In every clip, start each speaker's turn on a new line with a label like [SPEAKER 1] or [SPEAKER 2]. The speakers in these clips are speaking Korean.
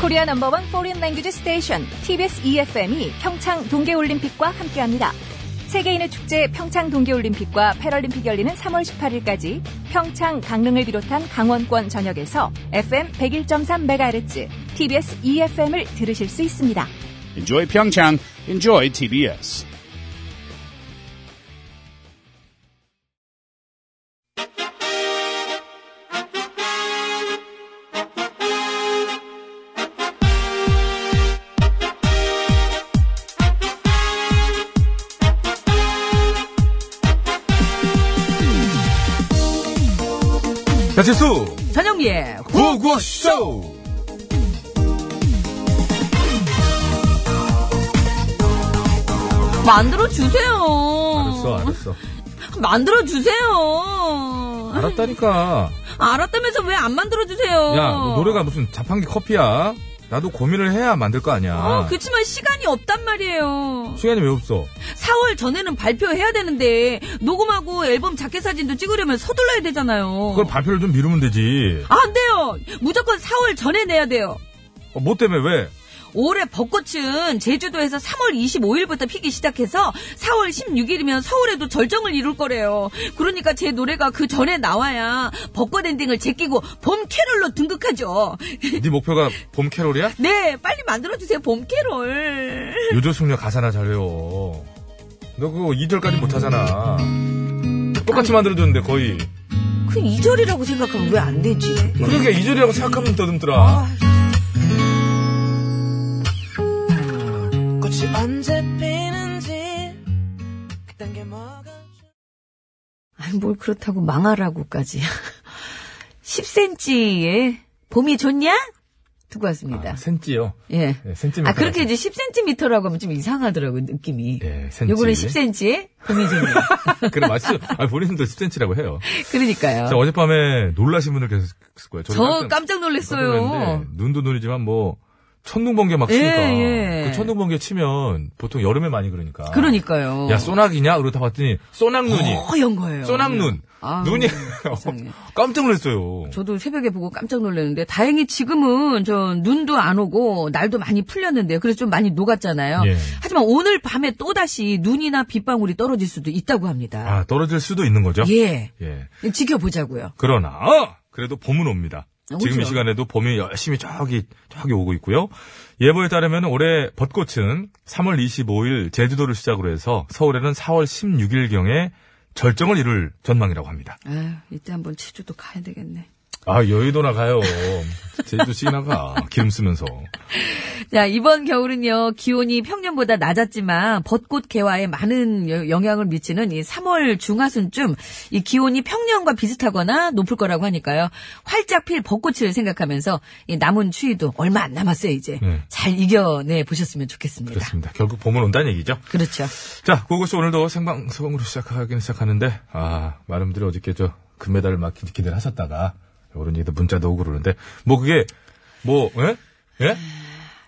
[SPEAKER 1] 코리아 넘버원 포린 랭귀지 스테이션 TBS EFM이 평창 동계올림픽과 함께합니다. 세계인의 축제 평창 동계올림픽과 패럴림픽 열리는 3월 18일까지 평창 강릉을 비롯한 강원권 전역에서 FM 101.3MHz TBS EFM을 들으실 수 있습니다.
[SPEAKER 2] Enjoy Pyeongchang. Enjoy TBS.
[SPEAKER 3] 배칠수
[SPEAKER 4] 전영미의
[SPEAKER 3] 구구쇼
[SPEAKER 4] 만들어 주세요. 뭐
[SPEAKER 3] 알았어 알았어
[SPEAKER 4] 만들어 주세요.
[SPEAKER 3] 알았다니까
[SPEAKER 4] 알았다면서 왜 안 만들어 주세요?
[SPEAKER 3] 야너 노래가 무슨 자판기 커피야 나도 고민을 해야 만들 거 아니야
[SPEAKER 4] 어, 그치만 시간이 없단 말이에요.
[SPEAKER 3] 시간이 왜 없어
[SPEAKER 4] 4월 전에는 발표해야 되는데 녹음하고 앨범 자켓 사진도 찍으려면 서둘러야 되잖아요. 아,
[SPEAKER 3] 그걸 발표를 좀 미루면 되지
[SPEAKER 4] 안 돼요. 무조건 4월 전에 내야 돼요.
[SPEAKER 3] 어, 뭐 때문에 왜
[SPEAKER 4] 올해 벚꽃은 제주도에서 3월 25일부터 피기 시작해서 4월 16일이면 서울에도 절정을 이룰 거래요. 그러니까 제 노래가 그 전에 나와야 벚꽃 엔딩을 제끼고 봄 캐롤로 등극하죠.
[SPEAKER 3] 네 목표가 봄 캐롤이야?
[SPEAKER 4] 네, 빨리 만들어주세요, 봄 캐롤.
[SPEAKER 3] 요조숙녀 가사나 잘 외워 너 그거 2절까지 못하잖아 똑같이 만들어줬는데 거의
[SPEAKER 4] 그 2절이라고 생각하면 왜 안 되지?
[SPEAKER 3] 그러니까 2절이라고 생각하면 더듬더라
[SPEAKER 4] 아,
[SPEAKER 5] 꽃이 언제 피는지 그딴 게 뭐가
[SPEAKER 4] 아니, 뭘 그렇다고 망하라고까지. 10cm의 봄이 좋냐? 듣고 왔습니다.
[SPEAKER 3] 아, 센찌요
[SPEAKER 4] 예.
[SPEAKER 3] 네, 센티미터.
[SPEAKER 4] 아, 그렇게 이제 10cm라고 하면 좀 이상하더라고요, 느낌이.
[SPEAKER 3] 예, 센치.
[SPEAKER 4] 요거는 10cm에 봄이 좋냐.
[SPEAKER 3] 그래 맞죠? 아 본인도 10cm라고 해요
[SPEAKER 4] 그러니까요.
[SPEAKER 3] 자, 어젯밤에 놀라신 분들 계셨을 거예요.
[SPEAKER 4] 저,
[SPEAKER 3] 저도 깜짝-
[SPEAKER 4] 깜짝
[SPEAKER 3] 깜짝
[SPEAKER 4] 놀랐어요.
[SPEAKER 3] 놀랐는데 눈도 눈이지만 뭐 천둥 번개 막
[SPEAKER 4] 예,
[SPEAKER 3] 치니까
[SPEAKER 4] 예.
[SPEAKER 3] 그 천둥 번개 치면 보통 여름에 많이 그러니까.
[SPEAKER 4] 그러니까요.
[SPEAKER 3] 야 소낙이냐? 그러다 봤더니 소낙 눈이.
[SPEAKER 4] 허연 거예요.
[SPEAKER 3] 소낙 눈.
[SPEAKER 4] 아우,
[SPEAKER 3] 눈이
[SPEAKER 4] 세상에.
[SPEAKER 3] 깜짝 놀랐어요.
[SPEAKER 4] 저도 새벽에 보고 깜짝 놀랐는데 다행히 지금은 저 눈도 안 오고 날도 많이 풀렸는데요. 그래서 좀 많이 녹았잖아요.
[SPEAKER 3] 예.
[SPEAKER 4] 하지만 오늘 밤에 또다시 눈이나 빗방울이 떨어질 수도 있다고 합니다.
[SPEAKER 3] 아 떨어질 수도 있는 거죠?
[SPEAKER 4] 예.
[SPEAKER 3] 예.
[SPEAKER 4] 지켜보자고요.
[SPEAKER 3] 그러나 어! 그래도 봄은 옵니다.
[SPEAKER 4] 오죠.
[SPEAKER 3] 지금 이 시간에도 봄이 열심히 저기 저기 오고 있고요. 예보에 따르면 올해 벚꽃은 3월 25일 제주도를 시작으로 해서 서울에는 4월 16일 경에 절정을 이룰 전망이라고 합니다.
[SPEAKER 4] 아, 이때 한번 제주도 가야 되겠네.
[SPEAKER 3] 아 여의도나 가요. 제주시나 가 기름 쓰면서.
[SPEAKER 4] 자, 이번 겨울은요, 기온이 평년보다 낮았지만 벚꽃 개화에 많은 여- 영향을 미치는 이 3월 중하순쯤 이 기온이 평년과 비슷하거나 높을 거라고 하니까요. 활짝 필 벚꽃을 생각하면서 이 남은 추위도 얼마 안 남았어요, 이제.
[SPEAKER 3] 네.
[SPEAKER 4] 잘 이겨내 보셨으면 좋겠습니다.
[SPEAKER 3] 그렇습니다. 결국 봄은 온다는 얘기죠.
[SPEAKER 4] 그렇죠.
[SPEAKER 3] 자, 고고쇼 오늘도 생방송으로 시작하긴 시작하는데, 아, 많은 분들이 어저께 저 금메달을 막 기- 기대를 하셨다가, 이런 얘기도 문자도 오고 그러는데, 뭐 그게, 뭐, 예? 예?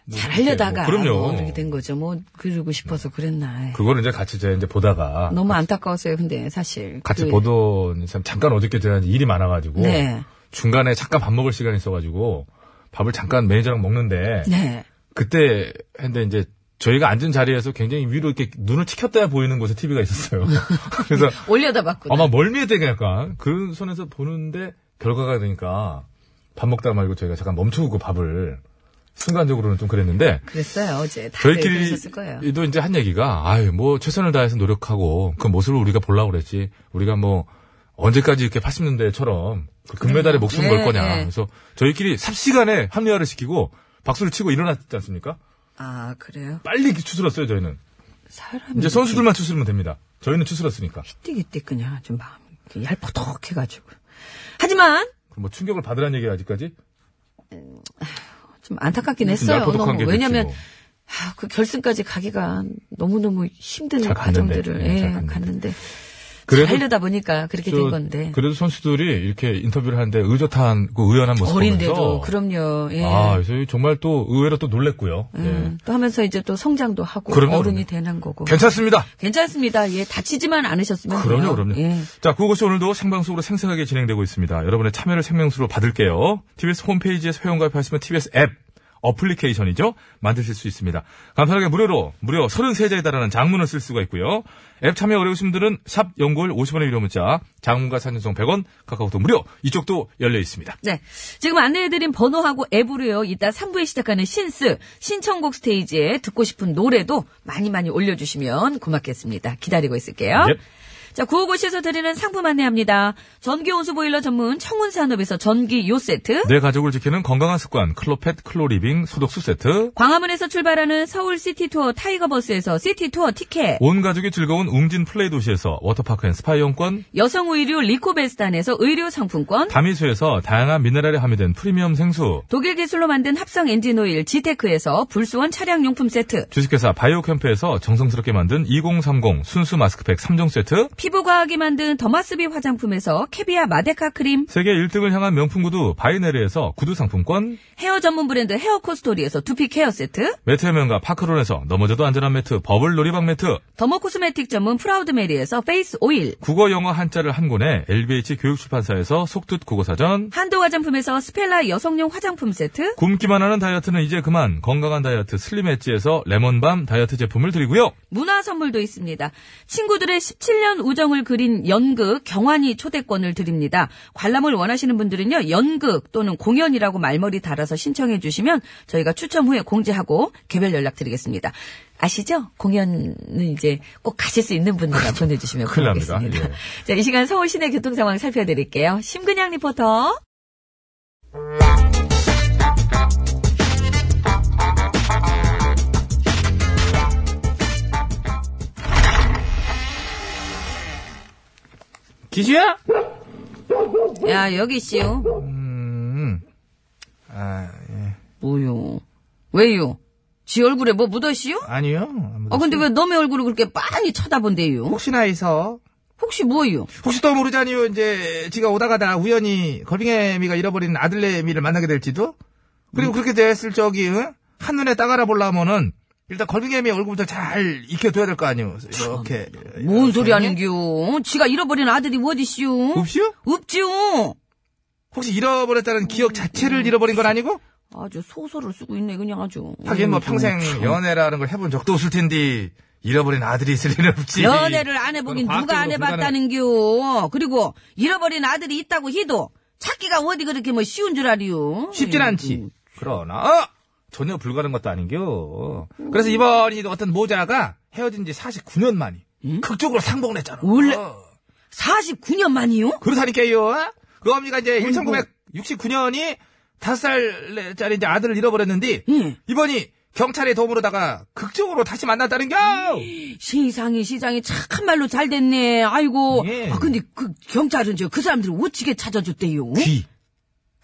[SPEAKER 3] 뭐
[SPEAKER 4] 잘
[SPEAKER 3] 그렇게
[SPEAKER 4] 하려다가
[SPEAKER 3] 뭐 그럼요. 음.
[SPEAKER 4] 뭐 이렇게 된 거죠. 뭐 그러고 싶어서 그랬나.
[SPEAKER 3] 그거를 이제 같이 제가 이제 보다가,
[SPEAKER 4] 너무 안타까웠어요, 근데 사실.
[SPEAKER 3] 같이
[SPEAKER 4] 그-
[SPEAKER 3] 보던 사람, 잠깐 어저께 제가 이제 일이 많아가지고,
[SPEAKER 4] 네.
[SPEAKER 3] 중간에 잠깐 밥 먹을 시간이 있어가지고, 밥을 잠깐 매니저랑 먹는데,
[SPEAKER 4] 네.
[SPEAKER 3] 그때 했는데 이제 저희가 앉은 자리에서 굉장히 위로 이렇게 눈을 치켰다야 보이는 곳에 TV가 있었어요. 그래서
[SPEAKER 4] 올려다 봤구나.
[SPEAKER 3] 아마 멀미에 되게 약간 그런 선에서 보는데 결과가 되니까 밥 먹다 말고 저희가 잠깐 멈추고 그 밥을 순간적으로는 좀 그랬는데
[SPEAKER 4] 그랬어요, 어제. 다들 네, 그러셨을 거예요.
[SPEAKER 3] 저희끼리도 이제 한 얘기가 아유 뭐 최선을 다해서 노력하고 그 모습을 우리가 보려고 그랬지 우리가 뭐 언제까지 이렇게 80년대처럼 그 금메달에 목숨 걸
[SPEAKER 4] 예,
[SPEAKER 3] 거냐
[SPEAKER 4] 예.
[SPEAKER 3] 그래서 저희끼리 삽시간에 합리화를 시키고 박수를 치고 일어났지 않습니까?
[SPEAKER 4] 아, 그래요?
[SPEAKER 3] 빨리 추스렀어요 저희는
[SPEAKER 4] 사람이.
[SPEAKER 3] 이제 선수들만 추스르면 됩니다 저희는 추스렀으니까
[SPEAKER 4] 띠기띠 그냥 좀 마음이 이렇게 얄포덕 해가지고. 하지만
[SPEAKER 3] 그럼 뭐 충격을 받으란 얘기 아직까지
[SPEAKER 4] 좀 안타깝긴
[SPEAKER 3] 좀
[SPEAKER 4] 했어요.
[SPEAKER 3] 날포독한
[SPEAKER 4] 너무.
[SPEAKER 3] 게 됐지,
[SPEAKER 4] 왜냐면
[SPEAKER 3] 뭐.
[SPEAKER 4] 아, 그 결승까지 가기가 너무너무 힘든
[SPEAKER 3] 잘 갔는데.
[SPEAKER 4] 과정들을
[SPEAKER 3] 예,
[SPEAKER 4] 예,
[SPEAKER 3] 잘 갔는데.
[SPEAKER 4] 갔는데
[SPEAKER 3] 그래도
[SPEAKER 4] 하려다 보니까 그렇게
[SPEAKER 3] 저-
[SPEAKER 4] 된 건데
[SPEAKER 3] 그래도 선수들이 이렇게 인터뷰를 하는데 의젓한 그 의연한 모습
[SPEAKER 4] 어린데도
[SPEAKER 3] 보면서
[SPEAKER 4] 그럼요. 예.
[SPEAKER 3] 아 그래서 정말 또 의외로 또 놀랬고요. 예.
[SPEAKER 4] 음, 또 하면서 이제 또 성장도 하고
[SPEAKER 3] 그럼요,
[SPEAKER 4] 어른이
[SPEAKER 3] 그럼요.
[SPEAKER 4] 되는 거고
[SPEAKER 3] 예. 괜찮습니다.
[SPEAKER 4] 괜찮습니다. 예, 다치지만 않으셨으면
[SPEAKER 3] 그럼요,
[SPEAKER 4] 돼요.
[SPEAKER 3] 그럼요.
[SPEAKER 4] 예.
[SPEAKER 3] 자, 그것이 오늘도 생방송으로 생생하게 진행되고 있습니다. 여러분의 참여를 생명수로 받을게요. TBS 홈페이지에서 회원가입하시면 TBS 앱
[SPEAKER 6] 어플리케이션이죠. 만드실 수 있습니다. 간편하게 무료로 무려 33자에 달하는 장문을 쓸 수가 있고요. 앱 참여 어려우신 분들은 샵 연골 50원의 유료 문자, 장문과 사진송 100원, 카카오톡 무료 이쪽도 열려 있습니다.
[SPEAKER 4] 네. 지금 안내해드린 번호하고 앱으로요, 이따 3부에 시작하는 신스, 신청곡 스테이지에 듣고 싶은 노래도 많이 많이 올려주시면 고맙겠습니다. 기다리고 있을게요.
[SPEAKER 6] 예.
[SPEAKER 4] 자, 구호고시에서 드리는 상품 안내합니다. 전기 온수보일러 전문 청운산업에서 전기 요 세트.
[SPEAKER 6] 내 가족을 지키는 건강한 습관 클로펫 클로리빙 소독수 세트.
[SPEAKER 4] 광화문에서 출발하는 서울 시티 투어 타이거 버스에서 시티 투어 티켓.
[SPEAKER 6] 온 가족이 즐거운 웅진 플레이 도시에서 워터파크 앤 스파 이용권,
[SPEAKER 4] 여성 의류 리코베스탄에서 의류 상품권.
[SPEAKER 6] 다미수에서 다양한 미네랄이 함유된 프리미엄 생수,
[SPEAKER 4] 독일 기술로 만든 합성 엔진 오일 지테크에서 불수원 차량용품 세트.
[SPEAKER 6] 주식회사 바이오캠프에서 정성스럽게 만든 2030 순수 마스크팩 3종 세트,
[SPEAKER 4] 피부과학이 만든 더마스비 화장품에서 캐비아 마데카 크림.
[SPEAKER 6] 세계 1등을 향한 명품 구두 바이네르에서 구두 상품권,
[SPEAKER 4] 헤어 전문 브랜드 헤어 코스토리에서 두피 케어 세트.
[SPEAKER 6] 매트의 명가 파크론에서 넘어져도 안전한 매트 버블 놀이방 매트,
[SPEAKER 4] 더모 코스메틱 전문 프라우드 메리에서 페이스 오일.
[SPEAKER 6] 국어 영어 한자를 한 권에 LBH 교육출판사에서 속뜻 국어사전,
[SPEAKER 4] 한도 화장품에서 스펠라 여성용 화장품 세트.
[SPEAKER 6] 굶기만 하는 다이어트는 이제 그만 건강한 다이어트 슬림 엣지에서 레몬밤 다이어트 제품을 드리고요.
[SPEAKER 4] 문화 선물도 있습니다. 친구들의 17년 우정을 그린 연극 경환이 초대권을 드립니다. 관람을 원하시는 분들은요, 연극 또는 공연이라고 말머리 달아서 신청해 주시면 저희가 추첨 후에 공지하고 개별 연락 드리겠습니다. 아시죠? 공연은 이제 꼭 가실 수 있는 분들만 보내주시면
[SPEAKER 6] 그렇죠. 큰일 납니다.
[SPEAKER 4] 고맙겠습니다.
[SPEAKER 6] 예.
[SPEAKER 4] 자, 이 시간 서울 시내 교통 상황 살펴드릴게요. 심근양 리포터.
[SPEAKER 3] 기시야?
[SPEAKER 4] 야, 여기 씨요. 뭐요? 왜요? 지 얼굴에 뭐 묻었시요?
[SPEAKER 3] 아니요.
[SPEAKER 4] 아, 근데 왜 너의 얼굴을 그렇게 빤히 쳐다본대요?
[SPEAKER 3] 혹시나 해서
[SPEAKER 4] 혹시 뭐요?
[SPEAKER 3] 혹시 또 모르잖아요. 이제 지가 오다가다 우연히 걸빙애미가 잃어버린 아들내미를 만나게 될지도.
[SPEAKER 4] 음.
[SPEAKER 3] 그리고 그렇게 됐을 적이 응? 한눈에 딱 알아보려면은 일단 걸빙애미 얼굴부터 잘 익혀둬야 될 거 아니요. 이렇게. 어,
[SPEAKER 4] 뭔 소리 하는겨? 지가 잃어버린 아들이 어디시오?
[SPEAKER 3] 네? 없이요?
[SPEAKER 4] 없지요.
[SPEAKER 3] 혹시 잃어버렸다는 기억
[SPEAKER 4] 음.
[SPEAKER 3] 자체를 잃어버린 건 아니고?
[SPEAKER 4] 아주 소설을 쓰고 있네 그냥 아주.
[SPEAKER 3] 하긴 뭐
[SPEAKER 4] 음,
[SPEAKER 3] 평생 연애라는 걸 해본 적도 없을 텐데 잃어버린 아들이 있을 리는 없지.
[SPEAKER 4] 연애를 안 해보긴
[SPEAKER 3] 그건
[SPEAKER 4] 누가 안
[SPEAKER 3] 과학적으로
[SPEAKER 4] 해봤다는겨. 그리고 잃어버린 아들이 있다고 해도 찾기가 어디 그렇게 뭐 쉬운 줄 알이요? 예.
[SPEAKER 3] 쉽진
[SPEAKER 4] 음.
[SPEAKER 3] 않지. 그러나 어! 전혀 불가능한 것도 아닌겨. 그래서 이번이 어떤 모자가 헤어진 지 49년 만이 극적으로 상봉을 했잖아.
[SPEAKER 4] 원래-
[SPEAKER 3] 어.
[SPEAKER 4] 49년 만이요?
[SPEAKER 3] 그렇다니까요. 그 엄니가 이제 1969년이 5살짜리 이제 아들을 잃어버렸는데
[SPEAKER 4] 예.
[SPEAKER 3] 이번이 경찰의 도움으로다가 극적으로 다시 만났다는겨.
[SPEAKER 4] 예? 세상이 시장이 참말로 잘 됐네. 아이고.
[SPEAKER 3] 예.
[SPEAKER 4] 아 근데 그 경찰은 저 그 사람들을 어찌게 찾아줬대요?
[SPEAKER 3] 귀.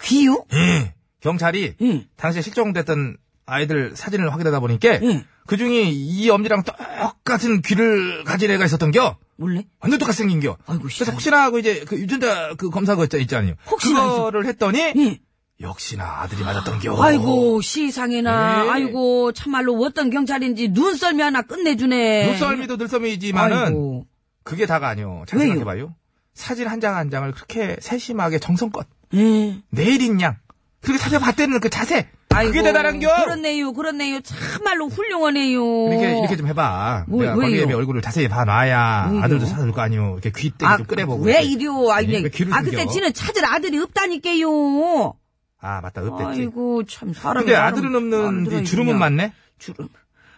[SPEAKER 4] 귀요?
[SPEAKER 3] 예. 경찰이
[SPEAKER 4] 예.
[SPEAKER 3] 당시에 실종됐던 아이들 사진을 확인하다 보니까
[SPEAKER 4] 예.
[SPEAKER 3] 그 중에 이 엄니랑 똑같은 귀를 가진 애가 있었던겨.
[SPEAKER 4] 원래?
[SPEAKER 3] 완전 똑같이 생긴겨.
[SPEAKER 4] 아이고,
[SPEAKER 3] 그래서
[SPEAKER 4] 시원해.
[SPEAKER 3] 혹시나 그 이제 그 유전자 그 검사 거 있자, 있잖아요.
[SPEAKER 4] 혹시나
[SPEAKER 3] 그거를 했더니
[SPEAKER 4] 예.
[SPEAKER 3] 역시나 아들이 맞았던겨.
[SPEAKER 4] 아이고 시상에나
[SPEAKER 3] 네.
[SPEAKER 4] 아이고 참말로 어떤 경찰인지 눈썰미 하나 끝내주네.
[SPEAKER 3] 눈썰미도 늘썰미지만은
[SPEAKER 4] 예. 아이고.
[SPEAKER 3] 그게 다가 아니요. 잘
[SPEAKER 4] 왜요?
[SPEAKER 3] 생각해봐요. 사진 한 장 한 장을 그렇게 세심하게 정성껏
[SPEAKER 4] 예.
[SPEAKER 3] 내일인 양 그렇게 살펴봤다는 그 자세.
[SPEAKER 4] 아이고.
[SPEAKER 3] 그게 대단한겨.
[SPEAKER 4] 그렇네요, 그렇네요. 참말로 훌륭하네요.
[SPEAKER 3] 이렇게 이렇게 좀 해봐.
[SPEAKER 4] 뭐,
[SPEAKER 3] 내가
[SPEAKER 4] 왜요?
[SPEAKER 3] 광희애미 얼굴을 자세히 봐놔야
[SPEAKER 4] 왜요?
[SPEAKER 3] 아들도 찾아줄 거 아니요. 이렇게 귀때기
[SPEAKER 4] 아,
[SPEAKER 3] 좀 끄내보고.
[SPEAKER 4] 왜
[SPEAKER 3] 이렇게.
[SPEAKER 4] 이래요? 아니,
[SPEAKER 3] 예, 왜 귀를
[SPEAKER 4] 아,
[SPEAKER 3] 숨겨?
[SPEAKER 4] 그때 지는 찾을 아들이 없다니까요.
[SPEAKER 3] 아 맞다. 읍됐지.
[SPEAKER 4] 아이고, 참, 사람이.
[SPEAKER 3] 근데
[SPEAKER 4] 나름
[SPEAKER 3] 아들은
[SPEAKER 4] 마음
[SPEAKER 3] 없는
[SPEAKER 4] 들어야
[SPEAKER 3] 이 주름은
[SPEAKER 4] 그냥.
[SPEAKER 3] 많네.
[SPEAKER 4] 주름.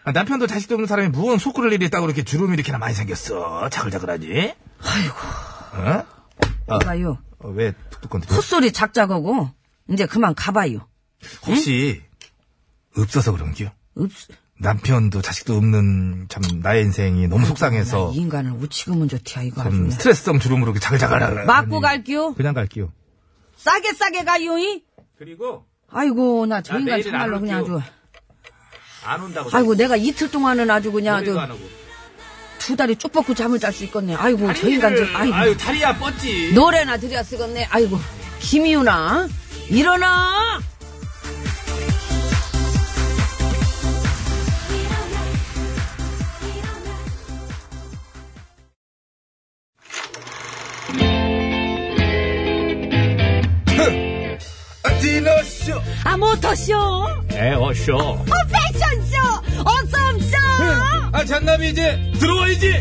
[SPEAKER 3] 아, 남편도 자식도 없는 사람이 무언 속구를 일이 있다고 이렇게 주름이 이렇게나 많이 생겼어. 자글자글하지? 아이고. 어?
[SPEAKER 4] 봐요.
[SPEAKER 3] 어, 왜 툭툭 건드려?
[SPEAKER 4] 콧소리 작작하고, 이제 그만 가봐요.
[SPEAKER 3] 혹시 없어서 그런겨?
[SPEAKER 4] 없,
[SPEAKER 3] 남편도 자식도 없는 참 나의 인생이 너무 속상해서
[SPEAKER 4] 이 인간을 우치금은 좋디야, 이거 아주.
[SPEAKER 3] 좀
[SPEAKER 4] 그냥.
[SPEAKER 3] 스트레스성 주름으로 이렇게 자글자글.
[SPEAKER 4] 맞고 갈게요.
[SPEAKER 3] 그냥 갈게요.
[SPEAKER 4] 싸게 싸게 가요, 이.
[SPEAKER 3] 그리고
[SPEAKER 4] 아이고 나 저
[SPEAKER 3] 나
[SPEAKER 4] 인간
[SPEAKER 3] 내일은
[SPEAKER 4] 정말로
[SPEAKER 3] 안
[SPEAKER 4] 그냥
[SPEAKER 3] 올게요.
[SPEAKER 4] 아주
[SPEAKER 3] 안 온다고.
[SPEAKER 4] 아이고 내가 이틀 동안은 아주 그냥 아주
[SPEAKER 3] 하고.
[SPEAKER 4] 두 다리 쭉 뻗고 잠을 잘 수 있겠네 아이고 저 인간 좀 아이고
[SPEAKER 3] 다리야 뻗지.
[SPEAKER 4] 노래나 들여 쓰겠네 아이고 김이우나 일어나
[SPEAKER 3] 아지 디너쇼
[SPEAKER 4] 아, 모터쇼!
[SPEAKER 3] 에어쇼
[SPEAKER 4] 어, 패션쇼! 어썸쇼!
[SPEAKER 3] 아 잔남이 이제 들어와야지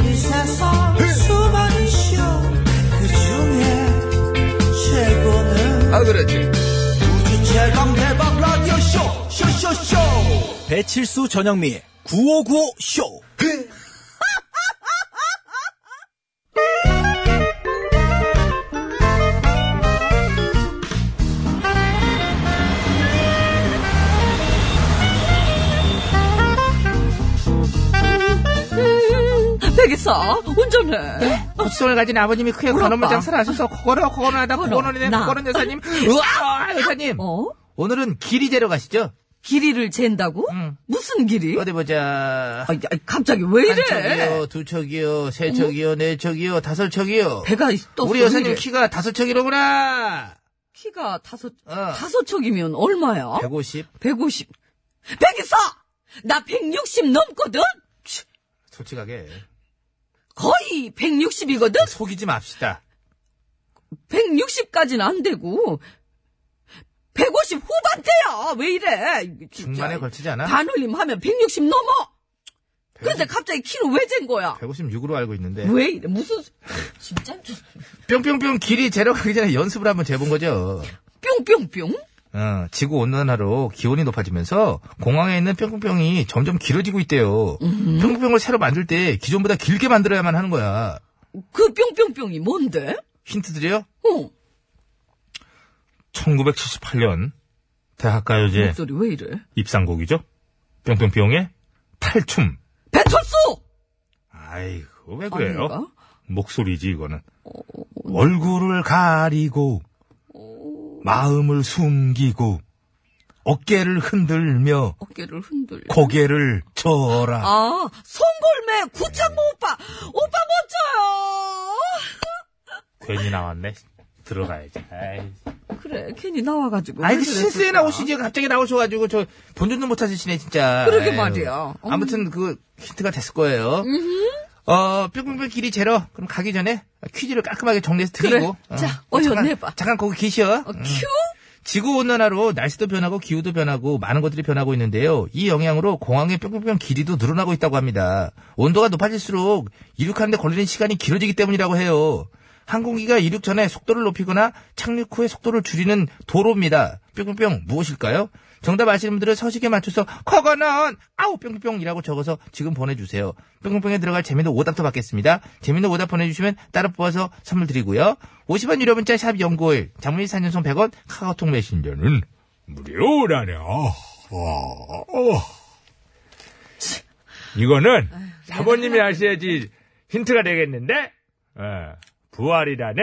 [SPEAKER 3] 네.
[SPEAKER 5] 이 세상 수많은 쇼그 중에 최고는
[SPEAKER 3] 아 그렇지
[SPEAKER 5] 우주 최강 대박 라디오 쇼 쇼쇼쇼 배칠수 전영미 9595 쇼.
[SPEAKER 4] 백이사, 운전해.
[SPEAKER 3] 수을 가진 아버님이 크게 건어물
[SPEAKER 4] 아빠.
[SPEAKER 3] 장사를 하셔서 코거너 코거너하다
[SPEAKER 4] 코거너,
[SPEAKER 3] 코거너네
[SPEAKER 4] 나.
[SPEAKER 3] 코거너 여사님
[SPEAKER 5] 아.
[SPEAKER 3] 우와 여사님
[SPEAKER 4] 어?
[SPEAKER 3] 오늘은 길이 재러 가시죠
[SPEAKER 4] 길이를 잰다고?
[SPEAKER 3] 응.
[SPEAKER 4] 무슨 길이?
[SPEAKER 3] 어디 보자
[SPEAKER 4] 아, 야, 갑자기 왜
[SPEAKER 3] 한
[SPEAKER 4] 이래?
[SPEAKER 3] 척이요 두 척이요
[SPEAKER 5] 음.
[SPEAKER 3] 세 척이요 네 척이요 다섯 척이요
[SPEAKER 4] 배가 또
[SPEAKER 3] 우리 여사님 키가 다섯 척이로구나
[SPEAKER 4] 가 다섯
[SPEAKER 3] 어.
[SPEAKER 4] 다섯 척이면
[SPEAKER 5] 어?
[SPEAKER 4] 얼마야?
[SPEAKER 3] 150
[SPEAKER 4] 150. 백이사, 나 160 넘거든. 치,
[SPEAKER 3] 솔직하게
[SPEAKER 4] 거의 160이거든.
[SPEAKER 3] 속이지 맙시다
[SPEAKER 4] 160까지는 안 되고 150 후반대야. 왜 이래?
[SPEAKER 3] 중반에 걸치지 않아?
[SPEAKER 4] 반올림 하면 160 넘어. 근데 갑자기 키를 왜 잰 거야?
[SPEAKER 3] 156으로 알고 있는데
[SPEAKER 4] 왜 이래? 무슨 진짜
[SPEAKER 3] 뿅뿅뿅 길이 재러 가기 전에 연습을 한번 재본 거죠
[SPEAKER 4] 뿅뿅뿅?
[SPEAKER 3] 어, 지구 온난화로 기온이 높아지면서 공항에 있는 뿅뿅뿅이 점점 길어지고 있대요.
[SPEAKER 4] 음.
[SPEAKER 3] 뿅뿅뿅을 새로 만들 때 기존보다 길게 만들어야만 하는 거야.
[SPEAKER 4] 그 뿅뿅뿅이 뭔데?
[SPEAKER 3] 힌트 드려요?
[SPEAKER 4] 어,
[SPEAKER 6] 1978년
[SPEAKER 3] 예.
[SPEAKER 6] 대학가요제
[SPEAKER 4] 목소리 왜 이래?
[SPEAKER 6] 입상곡이죠. 뿅뿅뿅의 탈춤.
[SPEAKER 4] 배철수!
[SPEAKER 6] 아이고 왜 그래요?
[SPEAKER 4] 아닌가?
[SPEAKER 6] 목소리지 이거는. 얼굴을 가리고 마음을 숨기고 어깨를 흔들며
[SPEAKER 4] 어깨를 흔들.
[SPEAKER 6] 고개를 저어라.
[SPEAKER 4] 아, 송골매 구창모 오빠! 오빠 멋져요!
[SPEAKER 6] 괜히 나왔네. 들어가야지. 아이.
[SPEAKER 4] 그래, 괜히 나와가지고.
[SPEAKER 3] 아이,
[SPEAKER 4] 왜
[SPEAKER 3] 그
[SPEAKER 4] 그래,
[SPEAKER 3] 실수에
[SPEAKER 4] 진짜.
[SPEAKER 3] 나오시지 갑자기 나오셔가지고 저 본전도 못 찾으시네 진짜.
[SPEAKER 4] 그러게
[SPEAKER 3] 아유.
[SPEAKER 4] 말이야. 음.
[SPEAKER 3] 아무튼 그 힌트가 됐을 거예요. 어, 뿅뿅뿅 길이 재러 그럼 가기 전에 퀴즈를 깔끔하게 정리해서
[SPEAKER 4] 그래.
[SPEAKER 3] 드리고. 어.
[SPEAKER 4] 자, 어여,
[SPEAKER 3] 잠깐,
[SPEAKER 4] 내봐.
[SPEAKER 3] 잠깐 거기 계셔.
[SPEAKER 4] 어,
[SPEAKER 3] 음.
[SPEAKER 4] 큐?
[SPEAKER 3] 지구 온난화로 날씨도 변하고 기후도 변하고 많은 것들이 변하고 있는데요. 이 영향으로 공항의 뿅뿅뿅 길이도 늘어나고 있다고 합니다. 온도가 높아질수록 이륙하는데 걸리는 시간이 길어지기 때문이라고 해요. 항공기가 이륙 전에 속도를 높이거나 착륙 후에 속도를 줄이는 도로입니다. 뿅뿅뿅 무엇일까요? 정답 아시는 분들은 서식에 맞춰서 커거는 아우 뿅뿅뿅이라고 적어서 지금 보내주세요. 뿅뿅뿅에 들어갈 재미있는 오답도 받겠습니다. 재미있는 오답 보내주시면 따로 뽑아서 선물 드리고요. 50원 유료 문자 샵 연구일 장문이 4년송 100원 카카오톡 메신저는
[SPEAKER 6] 무료라냐. 이거는 사모님이 아셔야지 힌트가 되겠는데? 예, 부활이라네.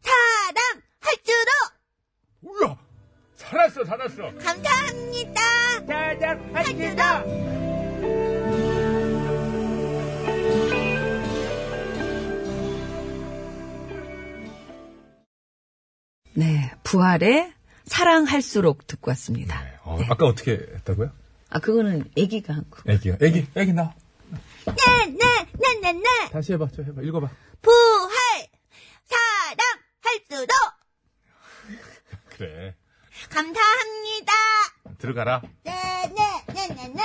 [SPEAKER 7] 사랑 할 줄로
[SPEAKER 6] 우야! 살았어, 살았어.
[SPEAKER 7] 감사합니다. 할 줄로
[SPEAKER 4] 네, 부활의 사랑할수록 듣고 왔습니다.
[SPEAKER 6] 아까 어떻게 했다고요?
[SPEAKER 4] 아, 그거는 애기가 한 거.
[SPEAKER 6] 애기야. 애기, 애기 나.
[SPEAKER 7] 네, 네네네네네
[SPEAKER 6] 다시 해봐, 저 해봐. 읽어봐.
[SPEAKER 7] 부활 사랑 할 줄로
[SPEAKER 6] 그래.
[SPEAKER 7] 감사합니다. 네,
[SPEAKER 6] 들어가라.
[SPEAKER 7] 네네네네네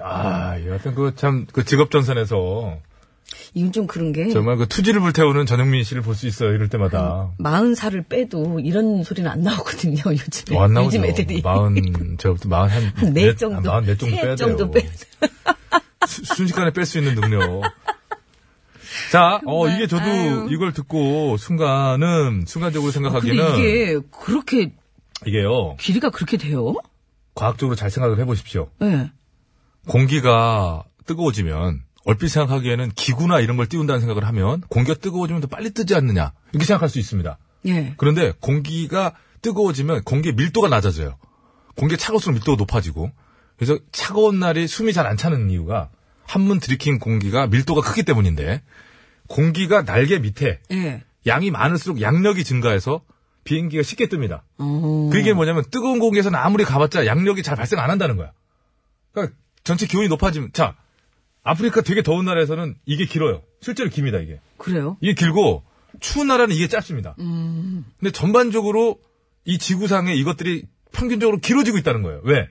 [SPEAKER 6] 아, 여하튼 그 참, 그 직업전선에서
[SPEAKER 4] 이건 좀 그런 게.
[SPEAKER 6] 정말 그 투지를 불태우는 전영민 씨를 볼 수 있어요, 이럴 때마다.
[SPEAKER 4] 마흔 살을 빼도 이런 소리는 안 나오거든요, 요즘에.
[SPEAKER 6] 어, 안 나오죠.
[SPEAKER 4] 요즘 애들이.
[SPEAKER 6] 마흔, 제가부터 마흔 한,
[SPEAKER 4] 네 정도,
[SPEAKER 6] 마흔 네 정도
[SPEAKER 4] 세
[SPEAKER 6] 빼야
[SPEAKER 4] 정도
[SPEAKER 6] 돼요.
[SPEAKER 4] 빼-
[SPEAKER 6] 수- 순식간에 뺄 수 있는 능력. 자, 어,
[SPEAKER 4] 정말,
[SPEAKER 6] 이게 저도
[SPEAKER 4] 아유.
[SPEAKER 6] 이걸 듣고 순간은, 순간적으로
[SPEAKER 4] 아, 근데
[SPEAKER 6] 생각하기는 이게...
[SPEAKER 4] 이게 그렇게,
[SPEAKER 6] 요
[SPEAKER 4] 길이가 그렇게 돼요?
[SPEAKER 6] 과학적으로 잘 생각을 해보십시오.
[SPEAKER 4] 예.
[SPEAKER 6] 공기가 뜨거워지면 얼핏 생각하기에는 기구나 이런 걸 띄운다는 생각을 하면 공기가 뜨거워지면 더 빨리 뜨지 않느냐. 이렇게 생각할 수 있습니다.
[SPEAKER 4] 예.
[SPEAKER 6] 그런데 공기가 뜨거워지면 공기의 밀도가 낮아져요. 공기가 차가울수록 밀도가 높아지고. 그래서 차가운 날이 숨이 잘 안 차는 이유가 한문 들이킨 공기가 밀도가 크기 때문인데 공기가 날개 밑에
[SPEAKER 4] 예.
[SPEAKER 6] 양이 많을수록 양력이 증가해서 비행기가 쉽게 뜹니다.
[SPEAKER 4] 어.
[SPEAKER 6] 그게 뭐냐면 뜨거운 공기에서는 아무리 가봤자 양력이 잘 발생 안 한다는 거야. 그러니까 전체 기온이 높아지면 자 아프리카 되게 더운 나라에서는 이게 길어요. 실제로 깁니다 이게.
[SPEAKER 4] 그래요?
[SPEAKER 6] 이게 길고
[SPEAKER 3] 추운 나라는 이게 짧습니다. 근데 전반적으로 이 지구상에 이것들이 평균적으로 길어지고 있다는 거예요. 왜?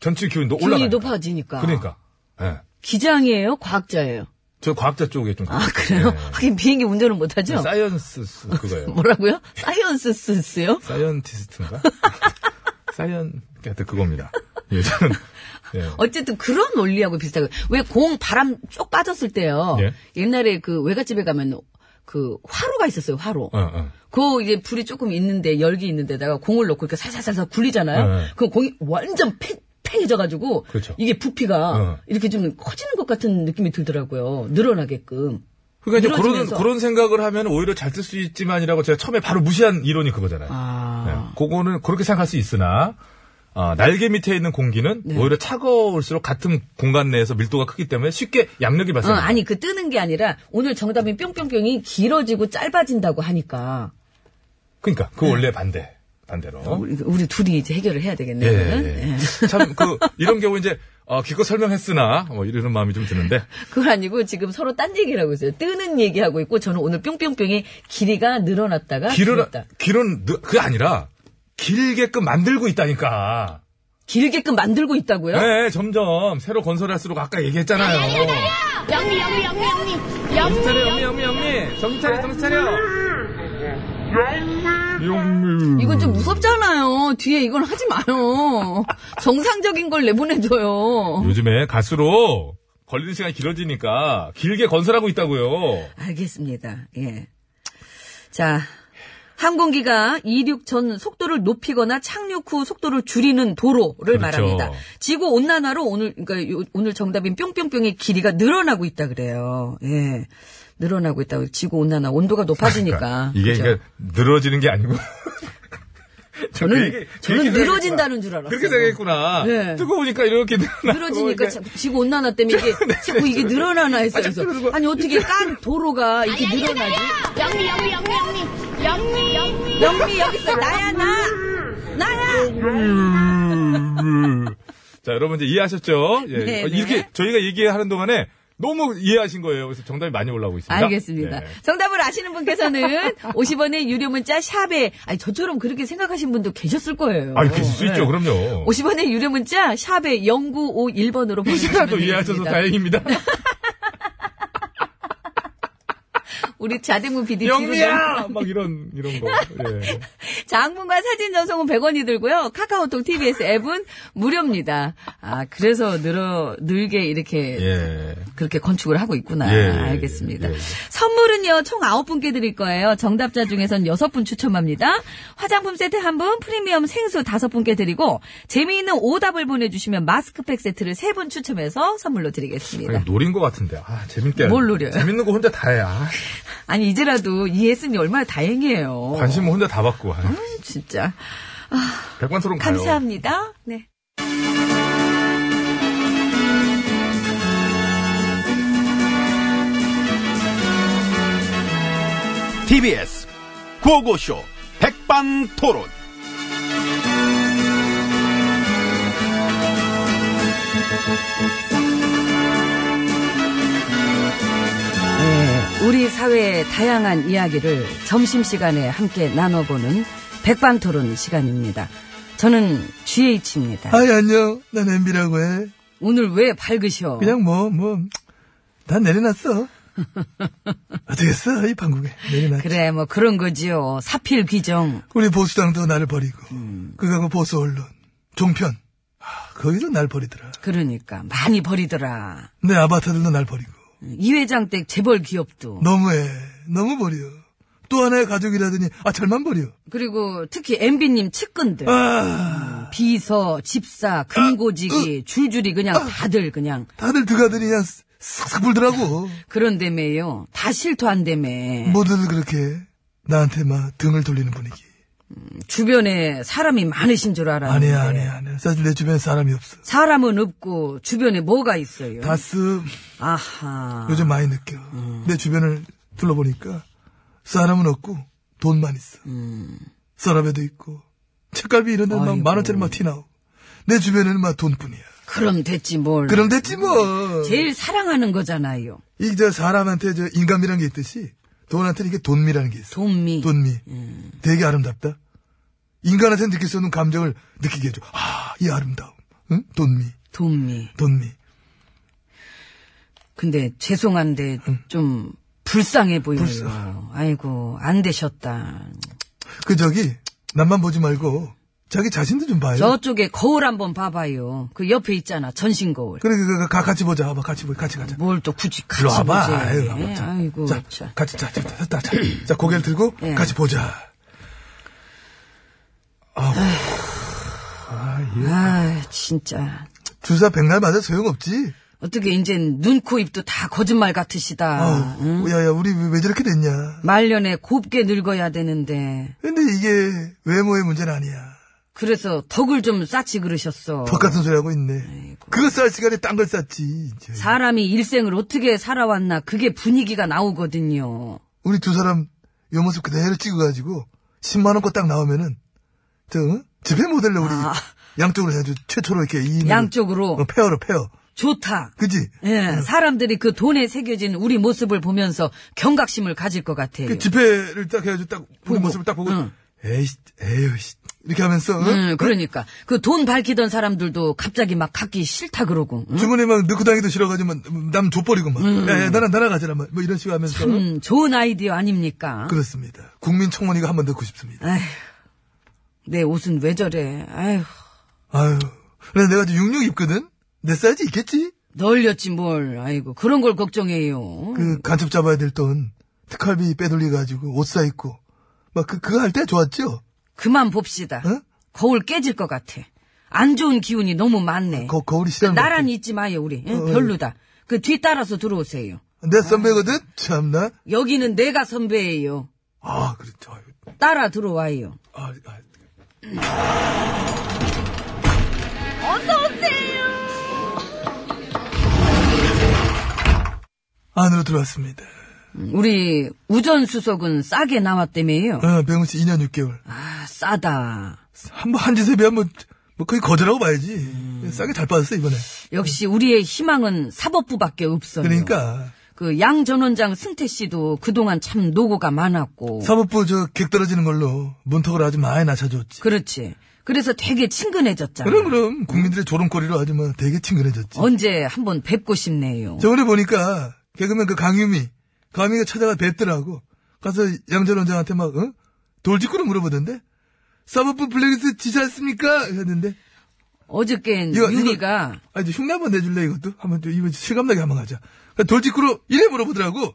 [SPEAKER 3] 전체 기온이 올라가.
[SPEAKER 4] 기온이 높아지니까.
[SPEAKER 3] 그러니까. 예.
[SPEAKER 4] 기장이에요? 과학자예요?
[SPEAKER 3] 저 과학자 쪽에 좀.
[SPEAKER 4] 아, 그래요?
[SPEAKER 6] 네.
[SPEAKER 4] 하긴 비행기 운전은 못하죠?
[SPEAKER 3] 사이언스 그거예요.
[SPEAKER 4] 뭐라고요? 사이언스 스스요?
[SPEAKER 3] 사이언티스트인가? 사이언 하여튼 그겁니다. 예, 저는 예.
[SPEAKER 4] 어쨌든 그런 원리하고 비슷하고 왜 공 바람 쪽 빠졌을 때요.
[SPEAKER 3] 예.
[SPEAKER 4] 옛날에 그 외갓집에 가면 그 화로가 있었어요. 화로.
[SPEAKER 3] 어, 어.
[SPEAKER 4] 그 이제 불이 조금 있는데 열기 있는데다가 공을 넣고 이렇게 살살살살 굴리잖아요.
[SPEAKER 3] 예, 예.
[SPEAKER 4] 그럼 공이 완전 팽 팽해져가지고
[SPEAKER 3] 그렇죠.
[SPEAKER 4] 이게 부피가
[SPEAKER 3] 어.
[SPEAKER 4] 이렇게 좀 커지는 것 같은 느낌이 들더라고요. 늘어나게끔.
[SPEAKER 3] 그러니까 이제 그런
[SPEAKER 4] 늘어지면서.
[SPEAKER 3] 그런 생각을 하면 오히려 잘 뜰 수 있지만이라고 제가 처음에 바로 무시한 이론이 그거잖아요.
[SPEAKER 4] 아.
[SPEAKER 3] 네. 그거는 그렇게 생각할 수 있으나 아, 날개 밑에 있는 공기는
[SPEAKER 4] 네.
[SPEAKER 3] 오히려 차가울수록 같은 공간 내에서 밀도가 크기 때문에 쉽게 양력이
[SPEAKER 4] 어,
[SPEAKER 3] 발생합니다.
[SPEAKER 4] 아니 그 뜨는 게 아니라 오늘 정답인 뿅뿅뿅이 길어지고 짧아진다고 하니까
[SPEAKER 3] 그러니까 그 원래 반대 반대로.
[SPEAKER 4] 우리, 우리 둘이 이제 해결을 해야 되겠네요.
[SPEAKER 3] 예,
[SPEAKER 4] 그거는. 예.
[SPEAKER 3] 참 그 이런 경우 이제 어, 기껏 설명했으나 뭐 이러는 마음이 좀 드는데
[SPEAKER 4] 그건 아니고 지금 서로 딴 얘기라고 있어요. 뜨는 얘기하고 있고 저는 오늘 뿅뿅뿅이 아, 길이가 늘어났다가
[SPEAKER 3] 길은
[SPEAKER 4] 줄었다.
[SPEAKER 3] 길은 느- 그게 아니라 길게끔 만들고 있다니까.
[SPEAKER 4] 길게끔 만들고 있다고요?
[SPEAKER 3] 네, 점점 새로 건설할수록 아까 얘기했잖아요.
[SPEAKER 7] 영미 영미 영미 영미 영미
[SPEAKER 3] 영미 영미 영미 정신 차려 정신 차려.
[SPEAKER 4] 이건
[SPEAKER 3] 음.
[SPEAKER 4] 좀 무섭잖아요. 뒤에 이건 하지 마요. 정상적인 걸 내보내줘요.
[SPEAKER 3] 요즘에 갈수록 걸리는 시간이 길어지니까 길게 건설하고 있다고요.
[SPEAKER 4] 알겠습니다. 예. 자. 항공기가 이륙 전 속도를 높이거나 착륙 후 속도를 줄이는 도로를
[SPEAKER 3] 그렇죠.
[SPEAKER 4] 말합니다. 지구 온난화로 오늘 그러니까 요- 오늘 정답인 뿅뿅뿅의 길이가 늘어나고 있다 그래요. 예. 늘어나고 있다고. 지구 온난화 온도가 높아지니까. 그렇죠.
[SPEAKER 3] 이게
[SPEAKER 4] 그죠?
[SPEAKER 3] 그러니까 늘어지는 게 아니고. 저
[SPEAKER 4] 저는-
[SPEAKER 3] 그 얘기- 그
[SPEAKER 4] 저는
[SPEAKER 3] 얘기
[SPEAKER 4] 늘어진다는
[SPEAKER 3] 생각했구나.
[SPEAKER 4] 줄 알았어요.
[SPEAKER 3] 그렇게 생각했구나.
[SPEAKER 4] 네.
[SPEAKER 3] 뜨거우니까 이렇게 늘어나고
[SPEAKER 4] 늘어지니까
[SPEAKER 3] 이렇게. 네,
[SPEAKER 4] 자꾸 지구 온난화 때문에 이게 자꾸 이게 늘어나나 했어요. 그래서 아니 어떻게 깐 도로가 이렇게 늘어나지?
[SPEAKER 7] 영미 영미 영미 영미 영미
[SPEAKER 4] 영미 여기서 나야 나 나야.
[SPEAKER 3] 자, 여러분 이제 이해하셨죠? 예.
[SPEAKER 4] 네,
[SPEAKER 3] 어,
[SPEAKER 4] 네.
[SPEAKER 3] 이렇게 저희가 얘기하는 동안에 너무 이해하신 거예요. 그래서 정답이 많이 올라오고 있습니다.
[SPEAKER 4] 아, 알겠습니다.
[SPEAKER 3] 네.
[SPEAKER 4] 정답을 아시는 분께서는 50원의 유료 문자 샵에 아니 저처럼 그렇게 생각하신 분도 계셨을 거예요.
[SPEAKER 3] 아니, 계실 수
[SPEAKER 4] 네.
[SPEAKER 3] 있죠. 그럼요.
[SPEAKER 4] 50원의 유료 문자 샵에 0951번으로
[SPEAKER 3] 혹시라도
[SPEAKER 4] 보내주시면 되겠습니다.
[SPEAKER 3] 이해하셔서
[SPEAKER 4] 네,
[SPEAKER 3] 다행입니다.
[SPEAKER 4] 우리 자대문 비디
[SPEAKER 3] 영미야! 막 이런, 이런 거. 예.
[SPEAKER 4] 장문과 사진 전송은 100원이 들고요. 카카오톡 TBS 앱은 무료입니다. 아 그래서 늘어 늘게 이렇게
[SPEAKER 3] 예.
[SPEAKER 4] 그렇게 건축을 하고 있구나.
[SPEAKER 3] 예, 예,
[SPEAKER 4] 알겠습니다.
[SPEAKER 3] 예, 예.
[SPEAKER 4] 선물은요, 총 9분께 드릴 거예요. 정답자 중에선 6분 추첨합니다. 화장품 세트 1분, 프리미엄 생수 5분께 드리고, 재미있는 오답을 보내주시면 마스크팩 세트를 3분 추첨해서 선물로 드리겠습니다.
[SPEAKER 3] 예. 아니, 노린 것 같은데. 아, 재밌게.
[SPEAKER 4] 뭘 노려요?
[SPEAKER 3] 재밌는 거 혼자 다 해. 아,
[SPEAKER 4] 아니, 이제라도 이해했으니 얼마나 다행이에요.
[SPEAKER 3] 관심은 혼자 다 받고. 아,
[SPEAKER 4] 진짜.
[SPEAKER 3] 백반토론 가요.
[SPEAKER 4] 음? 감사합니다. 네.
[SPEAKER 2] TBS 구호고쇼 백반토론.
[SPEAKER 4] 네, 우리 사회의 다양한 이야기를 점심시간에 함께 나눠보는 백반토론 시간입니다. 저는 GH입니다.
[SPEAKER 8] 아이, 안녕. 난 엠비라고 해.
[SPEAKER 4] 오늘 왜 밝으셔?
[SPEAKER 8] 그냥 뭐, 뭐, 난 내려놨어. 어떻게 했어? 이 판국에. 내려놨지.
[SPEAKER 4] 그래, 뭐 그런 거지요. 사필 귀정.
[SPEAKER 8] 우리 보수당도 나를 버리고, 그거하고 보수 언론, 종편. 아, 거기도 날 버리더라.
[SPEAKER 4] 그러니까 많이 버리더라.
[SPEAKER 8] 내 아바타들도 날 버리고.
[SPEAKER 4] 이 회장 댁 재벌 기업도.
[SPEAKER 8] 너무해. 너무 버려. 또 하나의 가족이라더니, 아, 절만 버려.
[SPEAKER 4] 그리고 특히 MB님 측근들. 음,
[SPEAKER 8] 아, 어.
[SPEAKER 4] 비서, 집사, 금고지기, 줄줄이 그냥 다들 그냥.
[SPEAKER 8] 아. 다들 드가들이 그냥 싹싹 불더라고.
[SPEAKER 4] 그런데매요. 다 실토한다며.
[SPEAKER 8] 모두들 그렇게 나한테 막 등을 돌리는 분위기.
[SPEAKER 4] 주변에 사람이 많으신 줄 알았는데.
[SPEAKER 8] 아니야, 아니야, 아니야. 사실 내 주변에 사람이 없어.
[SPEAKER 4] 사람은 없고 주변에 뭐가 있어요?
[SPEAKER 8] 다스
[SPEAKER 4] 아하.
[SPEAKER 8] 요즘 많이 느껴.
[SPEAKER 4] 음.
[SPEAKER 8] 내 주변을 둘러보니까 사람은 없고 돈만 있어.
[SPEAKER 4] 음.
[SPEAKER 8] 서랍에도 있고 책갈비 이런 데는 막
[SPEAKER 4] 아이고.
[SPEAKER 8] 만원짜리 막 티나오고 내 주변에는 막 돈뿐이야.
[SPEAKER 4] 그럼 됐지 뭘.
[SPEAKER 8] 그럼 됐지 뭐.
[SPEAKER 4] 제일 사랑하는 거잖아요.
[SPEAKER 8] 이저 사람한테 저 인감이란 게 있듯이 돈한테는 이게 돈미라는 게 있어.
[SPEAKER 4] 돈미. 음.
[SPEAKER 8] 돈미. 되게 아름답다. 인간한테는 느낄 수 없는 감정을 느끼게 해줘. 아, 이 아름다움. 응? 돈미.
[SPEAKER 4] 돈미.
[SPEAKER 8] 돈미.
[SPEAKER 4] 근데 죄송한데 좀 불쌍해 보이네요.
[SPEAKER 8] 불쌍.
[SPEAKER 4] 아이고 안 되셨다.
[SPEAKER 8] 그 저기 남만 보지 말고 자기 자신도 좀 봐요.
[SPEAKER 4] 저쪽에 거울 한번 봐봐요. 그 옆에 있잖아 전신 거울.
[SPEAKER 8] 그래, 그, 그, 가- 같이 보자. 와봐, 같이 보자. 같이 가자.
[SPEAKER 4] 뭘 또 굳이 음, 같이
[SPEAKER 8] 일로 와봐.
[SPEAKER 4] 보지?
[SPEAKER 8] 아유, 와봐. 자,
[SPEAKER 4] 아이고
[SPEAKER 8] 자,
[SPEAKER 4] 참.
[SPEAKER 8] 같이, 자, 자, 자, 자, 자, 자, 고개를 들고
[SPEAKER 4] 예.
[SPEAKER 8] 같이 보자.
[SPEAKER 4] 아 진짜
[SPEAKER 8] 주사 백날 맞아 소용없지.
[SPEAKER 4] 어떻게 이젠 눈코 입도 다 거짓말 같으시다.
[SPEAKER 8] 아우,
[SPEAKER 4] 응?
[SPEAKER 8] 야, 야, 우리 왜, 왜 저렇게 됐냐.
[SPEAKER 4] 말년에 곱게 늙어야 되는데
[SPEAKER 8] 근데 이게 외모의 문제는 아니야.
[SPEAKER 4] 그래서 덕을 좀 쌓지 그러셨어.
[SPEAKER 8] 덕 같은 소리 하고 있네. 그거 쌀 시간에 딴 걸 쌌지. 이제.
[SPEAKER 4] 사람이 일생을 어떻게 살아왔나 그게 분위기가 나오거든요.
[SPEAKER 8] 우리 두 사람 요 모습 그대로 찍어가지고 10만 원거 딱 나오면은 저 응? 집회 모델로 우리
[SPEAKER 4] 아.
[SPEAKER 8] 양쪽으로 해가지고 최초로 이렇게 이
[SPEAKER 4] 양쪽으로
[SPEAKER 8] 어, 페어로 페어.
[SPEAKER 4] 좋다.
[SPEAKER 8] 그지? 어.
[SPEAKER 4] 예, 사람들이 그 돈에 새겨진 우리 모습을 보면서 경각심을 가질 것 같아요.
[SPEAKER 8] 그 집회를 딱 해가지고 딱 우리 모습을 딱 보고
[SPEAKER 4] 응.
[SPEAKER 8] 에이씨 에이씨 이렇게 하면서 응?
[SPEAKER 4] 음, 그러니까 그 돈 밝히던 사람들도 갑자기 막 갖기 싫다 그러고. 응?
[SPEAKER 8] 주머니 막 넣고 다니기도 싫어가지고 막남 줘버리고 막 야, 야, 나랑 나랑 가자라 막, 뭐 이런 식으로 하면서
[SPEAKER 4] 음, 좋은 아이디어 아닙니까?
[SPEAKER 8] 그렇습니다. 국민 청원이가 한번 넣고 싶습니다.
[SPEAKER 4] 아휴, 내 옷은 왜 저래? 아휴,
[SPEAKER 8] 아유, 그래 내가 지금 66 입거든. 내 사이즈 있겠지?
[SPEAKER 4] 널렸지 뭘. 아이고, 그런 걸 걱정해요.
[SPEAKER 8] 그 간첩 잡아야 될 돈 특활비 빼돌려 가지고 옷 사 입고 막 그 그거 할 때 좋았죠?
[SPEAKER 4] 그만 봅시다.
[SPEAKER 8] 응?
[SPEAKER 4] 거울 깨질 것 같아. 안 좋은 기운이 너무 많네.
[SPEAKER 8] 아, 거 거울이 싫어.
[SPEAKER 4] 나란히 있지 마요, 우리.
[SPEAKER 8] 어,
[SPEAKER 4] 응? 별로다. 그 뒤따라서 들어오세요.
[SPEAKER 8] 내 선배거든. 참나.
[SPEAKER 4] 여기는 내가 선배예요.
[SPEAKER 8] 아 그렇죠. 아유,
[SPEAKER 4] 따라 들어와요.
[SPEAKER 8] 아, 아. 아. 안으로 들어왔습니다.
[SPEAKER 4] 우리 우전 수석은 싸게 나왔다며요.
[SPEAKER 8] 어, 병훈 씨 2년 6개월.
[SPEAKER 4] 아, 싸다.
[SPEAKER 8] 한번 한지세비 한번 뭐 거의 거절하고 봐야지.
[SPEAKER 4] 음.
[SPEAKER 8] 싸게 잘 빠졌어 이번에.
[SPEAKER 4] 역시 우리의 희망은 사법부밖에 없어요.
[SPEAKER 8] 그러니까
[SPEAKER 4] 그 양 전원장 승태 씨도 그동안 참 노고가 많았고.
[SPEAKER 8] 사법부 저 객 떨어지는 걸로 문턱을 아주 많이 낮춰줬지.
[SPEAKER 4] 그렇지. 그래서 되게 친근해졌잖아.
[SPEAKER 8] 그럼 그럼 국민들의 조롱거리로 아주 뭐 되게 친근해졌지.
[SPEAKER 4] 언제 한번 뵙고 싶네요.
[SPEAKER 8] 저번에 보니까 개그맨 그 강유미, 강유미가 찾아가 뵙더라고. 가서 양전 원장한테 막 어? 돌직구로 물어보던데. 사법부 블랙리스트 지시했습니까? 했는데
[SPEAKER 4] 어저께
[SPEAKER 8] 이거,
[SPEAKER 4] 유리가
[SPEAKER 8] 아 이제 흉내 한번 내줄래 이것도 한번 좀 이번 실감나게 한번 가자. 그러니까 돌직구로 이래 물어보더라고.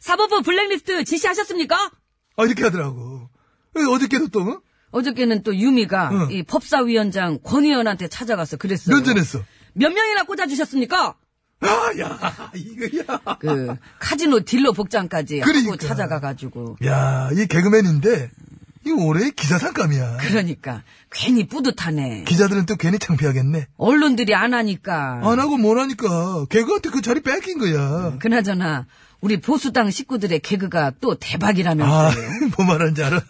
[SPEAKER 4] 사법부 블랙리스트 지시하셨습니까?
[SPEAKER 8] 아 이렇게 하더라고. 어저께도 또 어?
[SPEAKER 4] 어저께는 또 유미가
[SPEAKER 8] 응.
[SPEAKER 4] 이 법사위원장 권 의원한테 찾아가서 그랬어요.
[SPEAKER 8] 면전했어.
[SPEAKER 4] 몇 명이나 꽂아주셨습니까?
[SPEAKER 8] 아야 이거야.
[SPEAKER 4] 그 카지노 딜러 복장까지 하고
[SPEAKER 8] 그러니까.
[SPEAKER 4] 찾아가가지고
[SPEAKER 8] 야, 이 개그맨인데, 이 올해의 기사상감이야.
[SPEAKER 4] 그러니까 괜히 뿌듯하네.
[SPEAKER 8] 기자들은 또 괜히 창피하겠네.
[SPEAKER 4] 언론들이 안 하니까.
[SPEAKER 8] 안 하고 뭘 하니까, 개그한테 그 자리 뺏긴 거야.
[SPEAKER 4] 그나저나 우리 보수당 식구들의 개그가 또 네.
[SPEAKER 8] 아,
[SPEAKER 4] 대박이라면서요.
[SPEAKER 8] 뭐 말하는지 알아?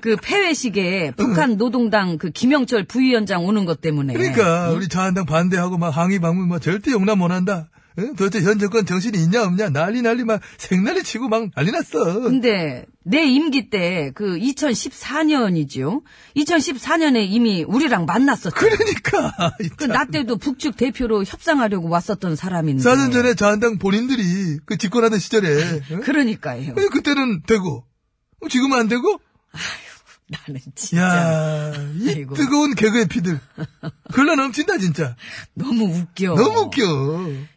[SPEAKER 4] 그 폐회식에 북한 노동당 그 김영철 부위원장 오는 것 때문에.
[SPEAKER 8] 그러니까,
[SPEAKER 4] 네.
[SPEAKER 8] 우리 자한당 반대하고 막 항의 방문 막 절대 용납 못 한다. 응? 도대체 현 정권 정신이 있냐 없냐 난리 난리 막 생난리 치고 막 난리 났어.
[SPEAKER 4] 근데 내 임기 때 그 2014년이죠. 2014년에 이미 우리랑 만났었죠.
[SPEAKER 8] 그러니까.
[SPEAKER 4] 그 나 때도 북측 대표로 협상하려고 왔었던 사람인데.
[SPEAKER 8] 4년 전에 자한당 본인들이 그 집권하던 시절에. 응?
[SPEAKER 4] 그러니까요.
[SPEAKER 8] 아니, 그때는 되고, 뭐 지금은 안 되고,
[SPEAKER 4] 나는 진짜
[SPEAKER 8] 야, 이
[SPEAKER 4] 아이고.
[SPEAKER 8] 뜨거운 개그의 피들. 흘러 넘친다, 진짜.
[SPEAKER 4] 너무 웃겨.
[SPEAKER 8] 너무 웃겨.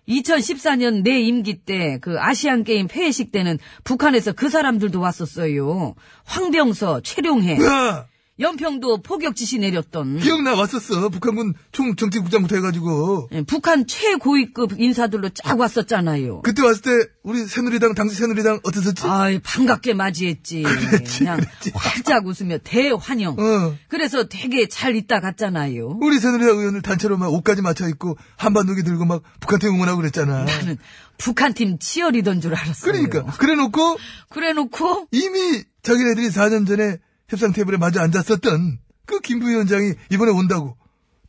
[SPEAKER 4] 2014년 내 임기 때 그 아시안 게임 폐회식 때는 북한에서 그 사람들도 왔었어요. 황병서, 최룡해,
[SPEAKER 8] 야,
[SPEAKER 4] 연평도 포격 지시 내렸던
[SPEAKER 8] 기억나, 왔었어. 북한군 총 정치국장부터 해가지고.
[SPEAKER 4] 예, 북한 최고위급 인사들로 쫙 왔었잖아요.
[SPEAKER 8] 그때 왔을 때, 우리 새누리당, 당시 새누리당 어땠었지?
[SPEAKER 4] 아이 반갑게 맞이했지. 그냥 활짝 웃으며 대환영.
[SPEAKER 8] 어.
[SPEAKER 4] 그래서 되게 잘 있다 갔잖아요.
[SPEAKER 8] 우리 새누리당 의원을 단체로 막 옷까지 맞춰입고, 한반도기 들고 막 북한테 응원하고 그랬잖아.
[SPEAKER 4] 나는 북한 팀 치열이던 줄 알았어요.
[SPEAKER 8] 그러니까. 그래 놓고,
[SPEAKER 4] 그래놓고
[SPEAKER 8] 이미 자기네들이 4년 전에 협상 테이블에 마주 앉았었던 그 김부위원장이 이번에 온다고.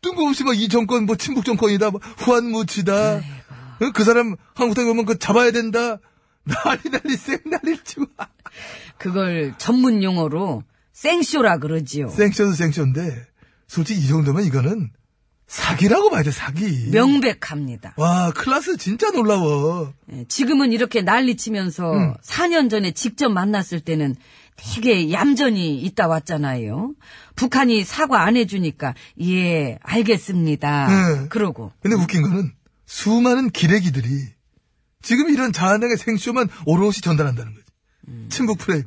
[SPEAKER 8] 뜬금없이 막 이 정권 뭐 친북 정권이다, 뭐 후한무치다. 응? 그 사람 한국당에 오면 그 잡아야 된다. 난리 난리 쌩난리를 치고
[SPEAKER 4] 그걸 전문 용어로 생쇼라 그러지요.
[SPEAKER 8] 쌩쇼도 쌩쇼인데 솔직히 이 정도면 이거는 사기라고 봐야 돼 사기
[SPEAKER 4] 명백합니다.
[SPEAKER 8] 와 클라스 진짜 놀라워
[SPEAKER 4] 예, 지금은 이렇게 난리치면서 4년 전에 직접 만났을 때는 되게 얌전히 있다 왔잖아요. 북한이 사과 안 해주니까 예 알겠습니다.
[SPEAKER 8] 네.
[SPEAKER 4] 그러고
[SPEAKER 8] 근데 웃긴 거는 수많은 기레기들이 지금 이런 자한당의 생쇼만 오롯이 전달한다는 거지. 친북 프레임.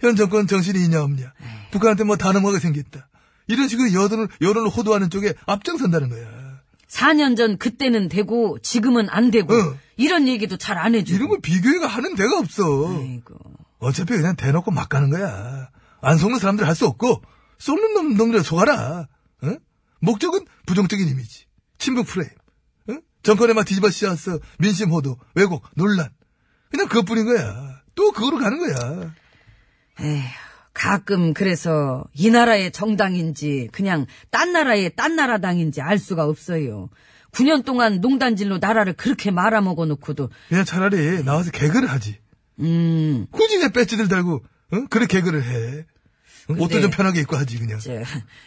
[SPEAKER 8] 현 정권 정신이 있냐 없냐. 북한한테 뭐 단호하게 생겼다. 이런 식으로 여론을, 여론을 호도하는 쪽에 앞장선다는 거야.
[SPEAKER 4] 4년 전 그때는 되고 지금은 안 되고
[SPEAKER 8] 어.
[SPEAKER 4] 이런 얘기도 잘 안 해주고.
[SPEAKER 8] 이런 걸 비교해가 하는 데가 없어.
[SPEAKER 4] 아이고.
[SPEAKER 8] 어차피 그냥 대놓고 막 가는 거야. 안 속는 사람들 할 수 없고 쏘는 놈 놈들 속아라. 어? 목적은 부정적인 이미지, 친북 프레임, 어? 정권에 막 뒤집어 씌워서 민심 호도, 왜곡, 논란. 그냥 그것뿐인 거야. 또 그거로 가는 거야.
[SPEAKER 4] 에휴, 가끔 그래서 이 나라의 정당인지 그냥 딴 나라의 딴 나라당인지 알 수가 없어요. 9년 동안 농단질로 나라를 그렇게 말아먹어 놓고도
[SPEAKER 8] 그냥 차라리 나와서 개그를 하지.
[SPEAKER 4] 음,
[SPEAKER 8] 굳이 내 배지들 달고 어? 그래 개그를 해. 어? 옷도
[SPEAKER 4] 근데-
[SPEAKER 8] 좀 편하게 입고 하지 그냥.
[SPEAKER 4] 저,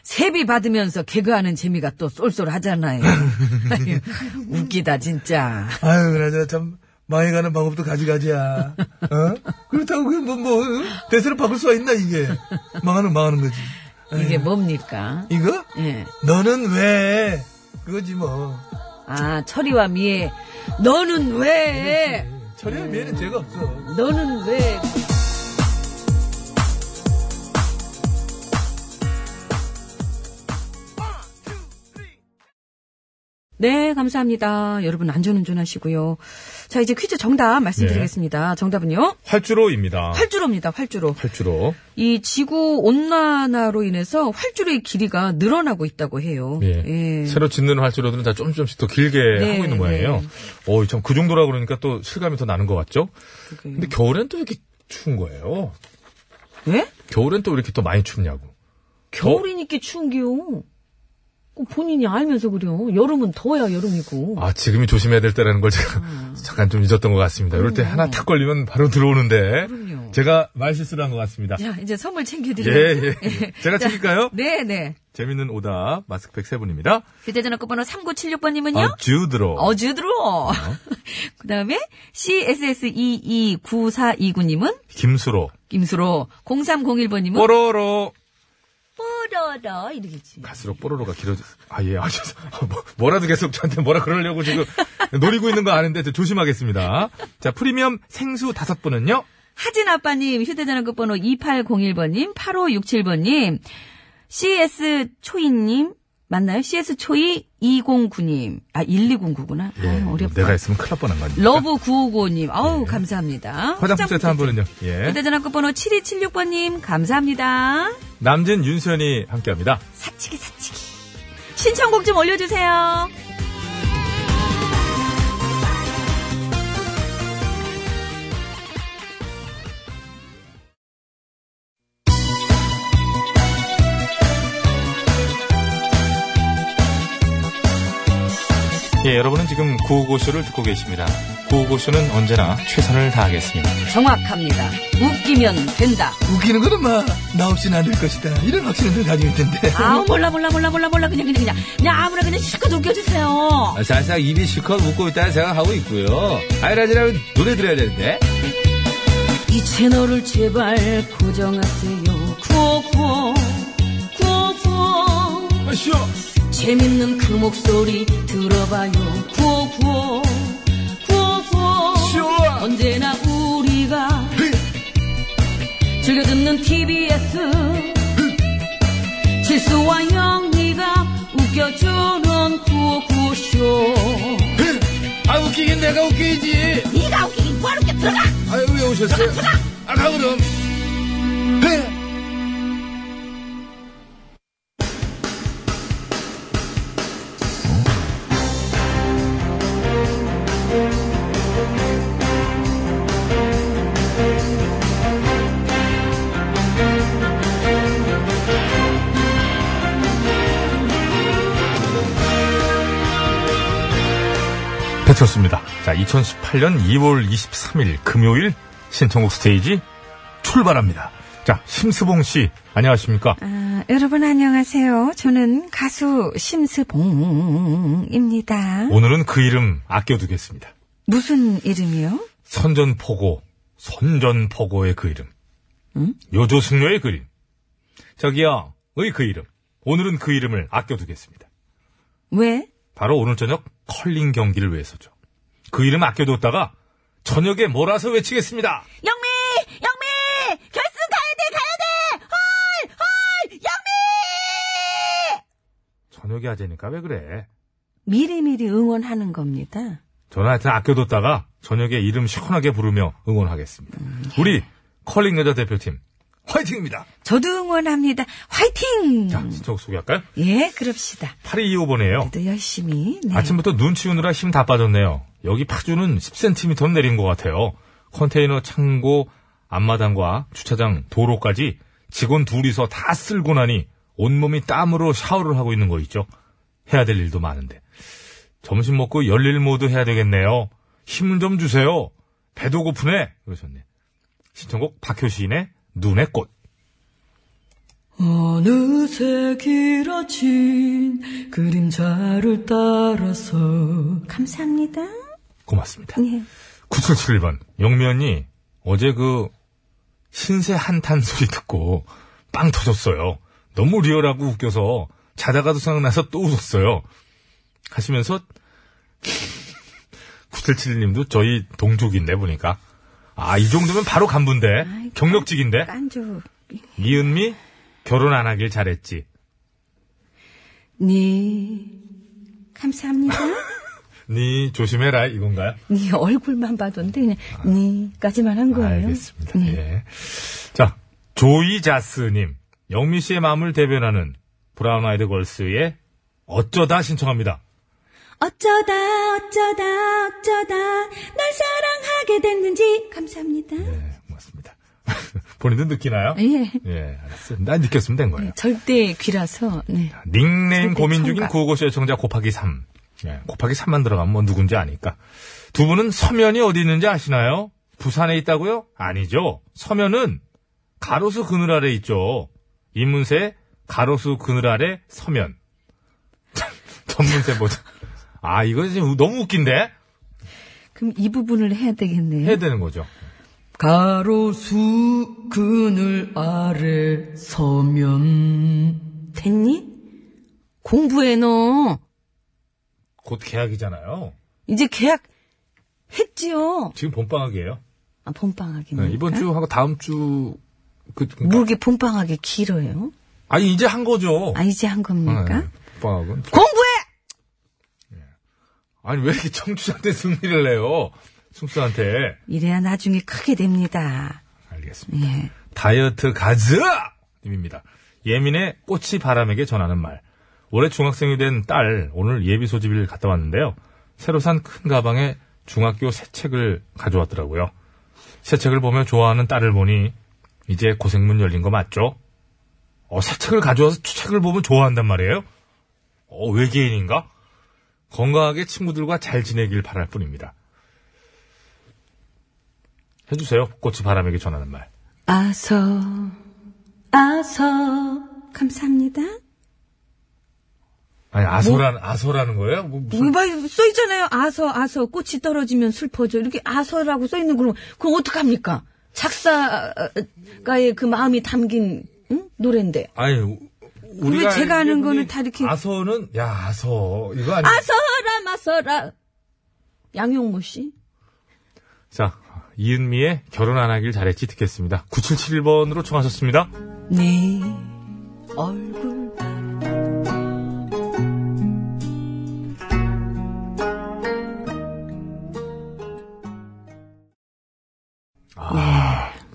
[SPEAKER 4] 세비 받으면서 개그하는 재미가 또 쏠쏠하잖아요. 아유, 웃기다 진짜.
[SPEAKER 8] 아유 그나저나 참 망해가는 방법도 가지가지야. 어? 그렇다고 그뭐 뭐, 어? 대세를 바꿀 수가 있나 이게. 망하는 망하는 거지.
[SPEAKER 4] 이게 뭡니까?
[SPEAKER 8] 이거?
[SPEAKER 4] 예.
[SPEAKER 8] 너는 왜? 그거지 뭐.
[SPEAKER 4] 아, 철이와 미애. 너는 왜?
[SPEAKER 8] 철야 미에는 죄가 없어.
[SPEAKER 4] 너는 왜? 네, 감사합니다. 여러분 안전운전 하시고요. 자, 이제 퀴즈 정답 말씀드리겠습니다. 정답은요.
[SPEAKER 6] 활주로입니다.
[SPEAKER 4] 활주로입니다. 활주로.
[SPEAKER 6] 활주로.
[SPEAKER 4] 이 지구 온난화로 인해서 활주로의 길이가 늘어나고 있다고 해요.
[SPEAKER 6] 예. 새로 짓는 활주로들은 다 조금 조금씩 더 길게
[SPEAKER 4] 네,
[SPEAKER 6] 하고 있는 모양이에요.
[SPEAKER 4] 네.
[SPEAKER 6] 어, 참 그 정도라 그러니까 또 실감이 더 나는 것 같죠?
[SPEAKER 4] 그게.
[SPEAKER 6] 근데 겨울엔 또 이렇게 추운 거예요.
[SPEAKER 4] 예?
[SPEAKER 6] 겨울엔 또 이렇게 또 많이 춥냐고.
[SPEAKER 4] 겨울이니까 추운 게요. 그 본인이 알면서 그래요. 여름은 더야 여름이고.
[SPEAKER 6] 아, 지금이 조심해야 될 때라는 걸 제가
[SPEAKER 4] 음.
[SPEAKER 6] 잠깐 좀 잊었던 것 같습니다. 이럴 때 하나 탁 걸리면 바로 들어오는데
[SPEAKER 4] 그럼요.
[SPEAKER 6] 제가 말실수를 한 것 같습니다.
[SPEAKER 4] 자, 이제 선물
[SPEAKER 6] 예,
[SPEAKER 4] 챙겨드려요.
[SPEAKER 6] 예. 제가 챙길까요?
[SPEAKER 4] 네네.
[SPEAKER 6] 재밌는 오답 마스크팩 세 분입니다.
[SPEAKER 4] 휴대전화 끝번호 3976번님은요?
[SPEAKER 6] 아주드로.
[SPEAKER 4] 어주드로. 그 다음에 CSS229429님은
[SPEAKER 6] 김수로.
[SPEAKER 4] 김수로. 0301번님은
[SPEAKER 6] 뽀로로.
[SPEAKER 4] 뽀러러 이러겠지.
[SPEAKER 6] 갈수록 뽀로로가 길어져. 아, 예, 아, 죄송. 아, 뭐, 뭐라도 계속 저한테 뭐라 그러려고 지금 노리고 있는 거 아는데 저 조심하겠습니다. 자, 프리미엄 생수 다섯 분은요?
[SPEAKER 4] 하진 아빠님, 휴대전화 끝번호 2801번님, 8567번님, CS 초이님, 맞나요? CS 초이 209님. 아, 1209구나.
[SPEAKER 6] 예,
[SPEAKER 4] 아, 어렵다.
[SPEAKER 6] 내가 있으면 큰일 날 뻔한 거니까. 예.
[SPEAKER 4] 러브 959님, 아우, 감사합니다.
[SPEAKER 6] 화장품 세트 한 분은요? 예.
[SPEAKER 4] 휴대전화 끝번호 7276번님, 감사합니다.
[SPEAKER 6] 남진, 윤수연이 함께 합니다.
[SPEAKER 4] 사치기, 사치기. 신청곡 좀 올려주세요.
[SPEAKER 6] 예, 여러분은 지금 구호고쇼를 듣고 계십니다. 구호고쇼는 언제나 최선을 다하겠습니다.
[SPEAKER 4] 정확합니다. 웃기면 된다.
[SPEAKER 8] 웃기는 거는 막나 없이는 안 될 것이다. 이런 확신을 늘 가지고 있던데.
[SPEAKER 4] 아우, 몰라, 몰라, 몰라, 몰라, 몰라. 그냥, 그냥, 그냥. 그냥 아무나 그냥 실컷 웃겨주세요.
[SPEAKER 3] 아, 살짝 입이 실컷 웃고 있다는 생각하고 있고요. 아이라지라면 노래 들어야 되는데.
[SPEAKER 4] 이 채널을 제발 고정하세요. 구호구호, 구호구호.
[SPEAKER 6] 아시오!
[SPEAKER 4] 재밌는 그 목소리 들어봐요. 구호구호, 구호구호. 언제나 우리가 즐겨 듣는 TBS. 실수와 영리가 웃겨주는 구호구호쇼.
[SPEAKER 3] 아, 웃기긴 내가 웃기지.
[SPEAKER 9] 네가 웃기긴 뭘 웃겨 들어가
[SPEAKER 3] 아유, 왜 오셨어요? 아, 가, 그럼.
[SPEAKER 6] 좋습니다. 자, 2018년 2월 23일 금요일 신청곡 스테이지 출발합니다. 자, 심수봉 씨, 안녕하십니까?
[SPEAKER 4] 아, 여러분 안녕하세요. 저는 가수 심스봉입니다.
[SPEAKER 6] 오늘은 그 이름 아껴두겠습니다.
[SPEAKER 4] 무슨 이름이요?
[SPEAKER 6] 선전포고, 선전포고의 그 이름. 요조승려의 그림. 저기요, 의 그 이름. 오늘은 그 이름을 아껴두겠습니다.
[SPEAKER 4] 왜?
[SPEAKER 6] 바로 오늘 저녁 컬링 경기를 위해서죠. 그 이름 아껴뒀다가 저녁에 몰아서 외치겠습니다.
[SPEAKER 4] 영미! 영미! 결승 가야 돼! 가야 돼! 헐! 헐! 영미!
[SPEAKER 6] 저녁에 하자니까 왜 그래?
[SPEAKER 4] 미리미리 응원하는 겁니다.
[SPEAKER 6] 저는 하여튼 아껴뒀다가 저녁에 이름 시원하게 부르며 응원하겠습니다. 우리 컬링 여자 대표팀 화이팅입니다.
[SPEAKER 4] 저도 응원합니다. 화이팅!
[SPEAKER 6] 자, 신청 소개할까요?
[SPEAKER 4] 예, 그럽시다.
[SPEAKER 6] 8225번이에요.
[SPEAKER 4] 또 열심히. 네.
[SPEAKER 6] 아침부터 눈 치우느라 힘 다 빠졌네요. 여기 파주는 10cm 내린 것 같아요. 컨테이너 창고 앞마당과 주차장 도로까지 직원 둘이서 다 쓸고 나니 온몸이 땀으로 샤워를 하고 있는 거 있죠. 해야 될 일도 많은데. 점심 먹고 열일 모드 해야 되겠네요. 힘 좀 주세요. 배도 고프네. 그러셨네. 신청곡 박효신의 눈의 꽃.
[SPEAKER 10] 어느새 길어진 그림자를 따라서
[SPEAKER 4] 감사합니다.
[SPEAKER 6] 고맙습니다.
[SPEAKER 4] 네.
[SPEAKER 6] 9771번. 영미 언니, 어제 그, 신세 한탄 소리 듣고, 빵 터졌어요. 너무 리얼하고 웃겨서, 자다가도 생각나서 또 웃었어요. 하시면서, 9771님도 저희 동족인데, 보니까. 아, 이 정도면 바로 간부인데, 경력직인데.
[SPEAKER 4] 깐족.
[SPEAKER 6] 이은미, 결혼 안 하길 잘했지.
[SPEAKER 4] 네. 감사합니다.
[SPEAKER 6] 니 조심해라, 이건가요?
[SPEAKER 4] 네 얼굴만 봐도인데 그냥 네까지만 한 거예요. 네.
[SPEAKER 6] 알겠습니다. 예. 자, 조이자스님, 영미 씨의 마음을 대변하는 브라운 아이드 걸스의 어쩌다 신청합니다.
[SPEAKER 10] 어쩌다 어쩌다 어쩌다 널 사랑하게 됐는지 감사합니다.
[SPEAKER 6] 네, 고맙습니다. 본인도 느끼나요?
[SPEAKER 4] 예.
[SPEAKER 6] 예, 알았어요. 난 느꼈으면 된 거예요.
[SPEAKER 4] 절대 귀라서. 네.
[SPEAKER 6] 닉네임
[SPEAKER 4] 절대
[SPEAKER 6] 고민 중인
[SPEAKER 4] 첨가.
[SPEAKER 6] 구호고쇼 청자 곱하기 3. 예, 곱하기 3만 들어가면 뭐 누군지 아니까. 두 분은 서면이 어디 있는지 아시나요? 부산에 있다고요? 아니죠. 서면은 가로수 그늘 아래 있죠. 인문세 가로수 그늘 아래 서면. 전문세 보자. 아, 이거 지금 너무 웃긴데?
[SPEAKER 4] 그럼 이 부분을 해야 되겠네요.
[SPEAKER 6] 해야 되는 거죠.
[SPEAKER 10] 가로수 그늘 아래 서면
[SPEAKER 4] 됐니? 공부해 너.
[SPEAKER 6] 곧 계약이잖아요.
[SPEAKER 4] 이제 계약 했지요.
[SPEAKER 6] 지금 봄방학이에요.
[SPEAKER 4] 아, 봄방학이네.
[SPEAKER 6] 네, 이번 주하고 다음 주, 그,
[SPEAKER 4] 모르게 봄방학이 그러니까. 길어요.
[SPEAKER 6] 아니, 이제 한 거죠.
[SPEAKER 4] 아 이제 한 겁니까?
[SPEAKER 6] 네, 봄방학은.
[SPEAKER 4] 공부해.
[SPEAKER 6] 아니 왜 이렇게 청취자한테 승리를 내요? 숙소한테
[SPEAKER 4] 이래야 나중에 크게 됩니다.
[SPEAKER 6] 알겠습니다. 다이어트 가즈 님입니다. 예민의 꽃이 바람에게 전하는 말. 올해 중학생이 된 딸 오늘 예비 소집일 갔다 왔는데요. 새로 산 큰 가방에 중학교 새 책을 가져왔더라고요. 새 책을 보며 좋아하는 딸을 보니 이제 고생문 열린 거 맞죠? 어, 새 책을 가져와서 책을 보면 좋아한단 말이에요? 어, 외계인인가? 건강하게 친구들과 잘 지내길 바랄 뿐입니다. 해주세요. 꽃이 바람에게 전하는 말.
[SPEAKER 4] 아서 아서 감사합니다.
[SPEAKER 6] 아니, 아소라는, 아소라는 거예요? 뭐 무슨-
[SPEAKER 4] 써 있잖아요. 아서 아서 꽃이 떨어지면 슬퍼져. 이렇게 아서라고 써 있는 그럼 그럼 어떡합니까? 작사가의 그 마음이 담긴 응? 노래인데.
[SPEAKER 6] 아니, 우- 우리가.
[SPEAKER 4] 제가 아는
[SPEAKER 6] 알기로는
[SPEAKER 4] 거는 다 이렇게-
[SPEAKER 6] 아서는, 야, 아서. 이거 아니
[SPEAKER 4] 아서라 마서라 양용모 씨.
[SPEAKER 6] 자, 이은미의 결혼 안 하길 잘했지 듣겠습니다. 9771번으로 청하셨습니다.
[SPEAKER 4] 네 얼굴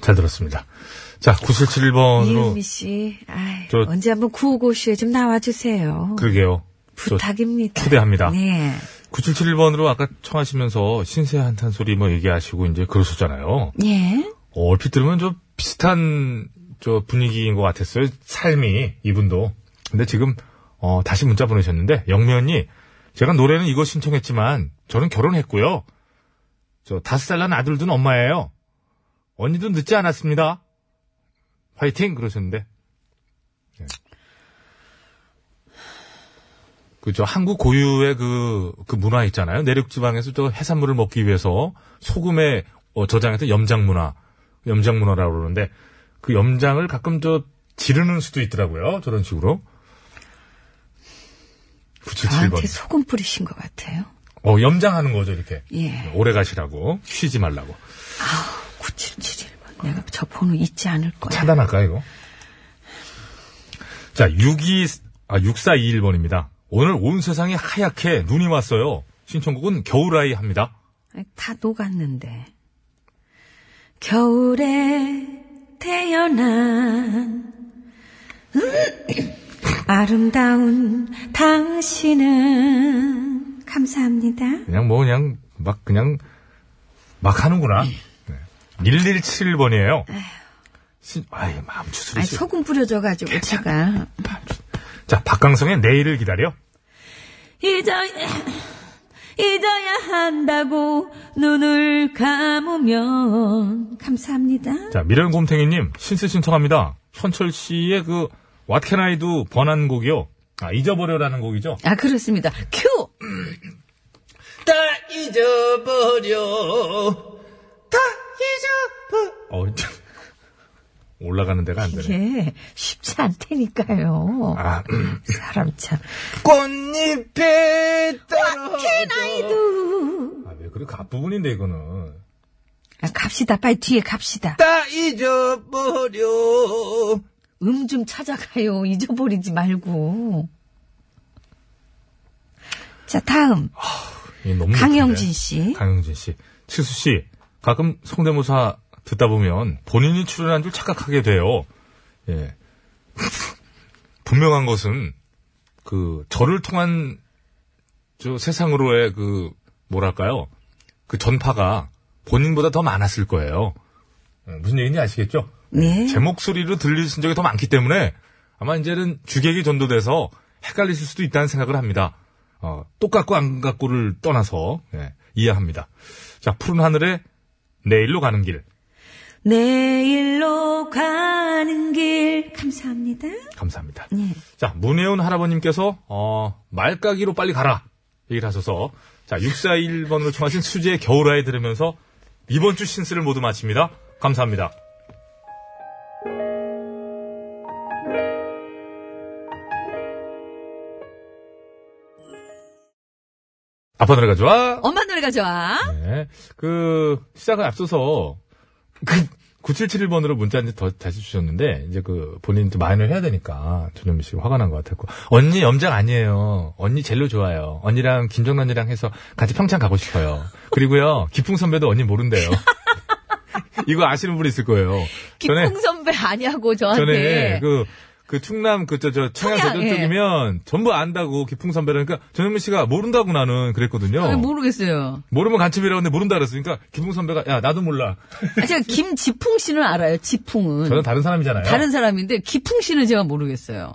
[SPEAKER 6] 잘 들었습니다. 자, 9771번으로.
[SPEAKER 4] 이은미 씨, 아이,
[SPEAKER 6] 저-
[SPEAKER 4] 언제 한번 구호고쇼에 좀 나와주세요.
[SPEAKER 6] 그러게요. 저
[SPEAKER 4] 부탁입니다.
[SPEAKER 6] 초대합니다.
[SPEAKER 4] 네.
[SPEAKER 6] 9771번으로 아까 청하시면서 신세 한탄 소리 뭐 얘기하시고 이제 그러셨잖아요.
[SPEAKER 4] 예.
[SPEAKER 6] 어, 얼핏 들으면 좀 비슷한 저 분위기인 것 같았어요. 삶이 이분도. 근데 지금 어, 다시 문자 보내셨는데 영면이 제가 노래는 이거 신청했지만 저는 결혼했고요. 저 다섯 살 난 아들 둔 엄마예요. 언니도 늦지 않았습니다. 화이팅 그러셨는데. 예. 그저 한국 고유의 그, 그 문화 있잖아요. 내륙 지방에서 저 해산물을 먹기 위해서 소금에 어, 저장해서 염장 문화, 염장 문화라고 그러는데 그 염장을 가끔 저 지르는 수도 있더라고요. 저런 식으로. 97번.
[SPEAKER 4] 저한테 소금 뿌리신 것 같아요.
[SPEAKER 6] 어, 염장하는 거죠, 이렇게.
[SPEAKER 4] 예.
[SPEAKER 6] 오래 가시라고. 쉬지 말라고.
[SPEAKER 4] 9771번. 내가 저 번호 잊지 않을 거야.
[SPEAKER 6] 차단할까, 이거? 자, 62, 아, 6421번입니다. 오늘 온 세상이 하얗게 눈이 왔어요. 신청곡은 겨울아이 합니다.
[SPEAKER 4] 다 녹았는데. 겨울에 태어난 음? 아름다운 당신은 감사합니다.
[SPEAKER 6] 그냥 뭐, 그냥, 막, 그냥, 막 하는구나. 네. 117번이에요. 신, 아이,
[SPEAKER 4] 아
[SPEAKER 6] 마음 추스리시
[SPEAKER 4] 소금 뿌려줘가지고 제가
[SPEAKER 6] 자, 박강성의 내일을 기다려.
[SPEAKER 4] 잊어 잊어야 한다고 눈을 감으면 감사합니다.
[SPEAKER 6] 자, 미련곰탱이님, 신스 신청합니다. 현철 씨의 그, What Can I Do 번안곡이요. 아, 잊어버려라는 곡이죠.
[SPEAKER 4] 아 그렇습니다. 큐
[SPEAKER 5] 다 잊어버려. 다 잊어버려.
[SPEAKER 6] 어, 참. 올라가는 데가 안 되네.
[SPEAKER 4] 이게 예, 쉽지 않다니까요.
[SPEAKER 6] 아,
[SPEAKER 4] 사람 참.
[SPEAKER 5] 꽃잎에 떨어져.
[SPEAKER 6] 아, 왜 그래? 그 앞부분인데, 이거는.
[SPEAKER 4] 아, 갑시다 빨리 뒤에 갑시다.
[SPEAKER 5] 다 잊어버려.
[SPEAKER 4] 음 좀 찾아가요. 잊어버리지 말고. 자 다음
[SPEAKER 6] 이 너무
[SPEAKER 4] 강영진
[SPEAKER 6] 좋던데.
[SPEAKER 4] 씨.
[SPEAKER 6] 아, 네. 강영진 씨. 칠수 씨. 가끔 성대모사 듣다 보면 본인이 출연한 줄 착각하게 돼요. 예. 분명한 것은 그 저를 통한 저 세상으로의 그 뭐랄까요? 그 전파가 본인보다 더 많았을 거예요. 예, 무슨 얘기인지 아시겠죠?
[SPEAKER 4] 네.
[SPEAKER 6] 제 목소리로 들리신 적이 더 많기 때문에 아마 이제는 주객이 전도돼서 헷갈리실 수도 있다는 생각을 합니다. 어, 똑같고 안 같고를 떠나서 예, 이해합니다. 자, 푸른 하늘에 내일로 가는 길
[SPEAKER 4] 내일로 가는 길 감사합니다.
[SPEAKER 6] 감사합니다.
[SPEAKER 4] 네.
[SPEAKER 6] 자, 문혜운 할아버님께서 어, 말까기로 빨리 가라 얘기를 하셔서 자, 641번으로 청하신 수지의 겨울아이 들으면서 이번 주 신스를 모두 마칩니다. 감사합니다. 아빠 노래가 좋아.
[SPEAKER 4] 엄마 노래가 좋아.
[SPEAKER 6] 네. 그, 시작을 앞서서, 그, 9771번으로 문자 이제 더 다시 주셨는데, 이제 그, 본인도 마인을 해야 되니까, 전현미 씨가 화가 난 것 같았고, 언니 염장 아니에요. 언니 젤로 좋아요. 언니랑 김정란이랑 해서 같이 평창 가고 싶어요. 그리고요, 기풍 선배도 언니 모른대요. 이거 아시는 분 있을 거예요. 전에,
[SPEAKER 4] 기풍 선배 아니하고
[SPEAKER 6] 전에
[SPEAKER 4] 저한테.
[SPEAKER 6] 그, 그 충남 그, 저, 저, 청양대전
[SPEAKER 4] 청양, 예.
[SPEAKER 6] 쪽이면 전부 안다고 기풍 선배라니까 전현미 씨가 모른다고 나는 그랬거든요.
[SPEAKER 4] 아, 모르겠어요.
[SPEAKER 6] 모르면 간첩이라고 했는데 모른다 그랬으니까 김풍 선배가 야 나도 몰라
[SPEAKER 4] 아, 제가 김지풍 씨는 알아요. 지풍은.
[SPEAKER 6] 저는 다른 사람이잖아요
[SPEAKER 4] 다른 사람인데 기풍 씨는 제가 모르겠어요.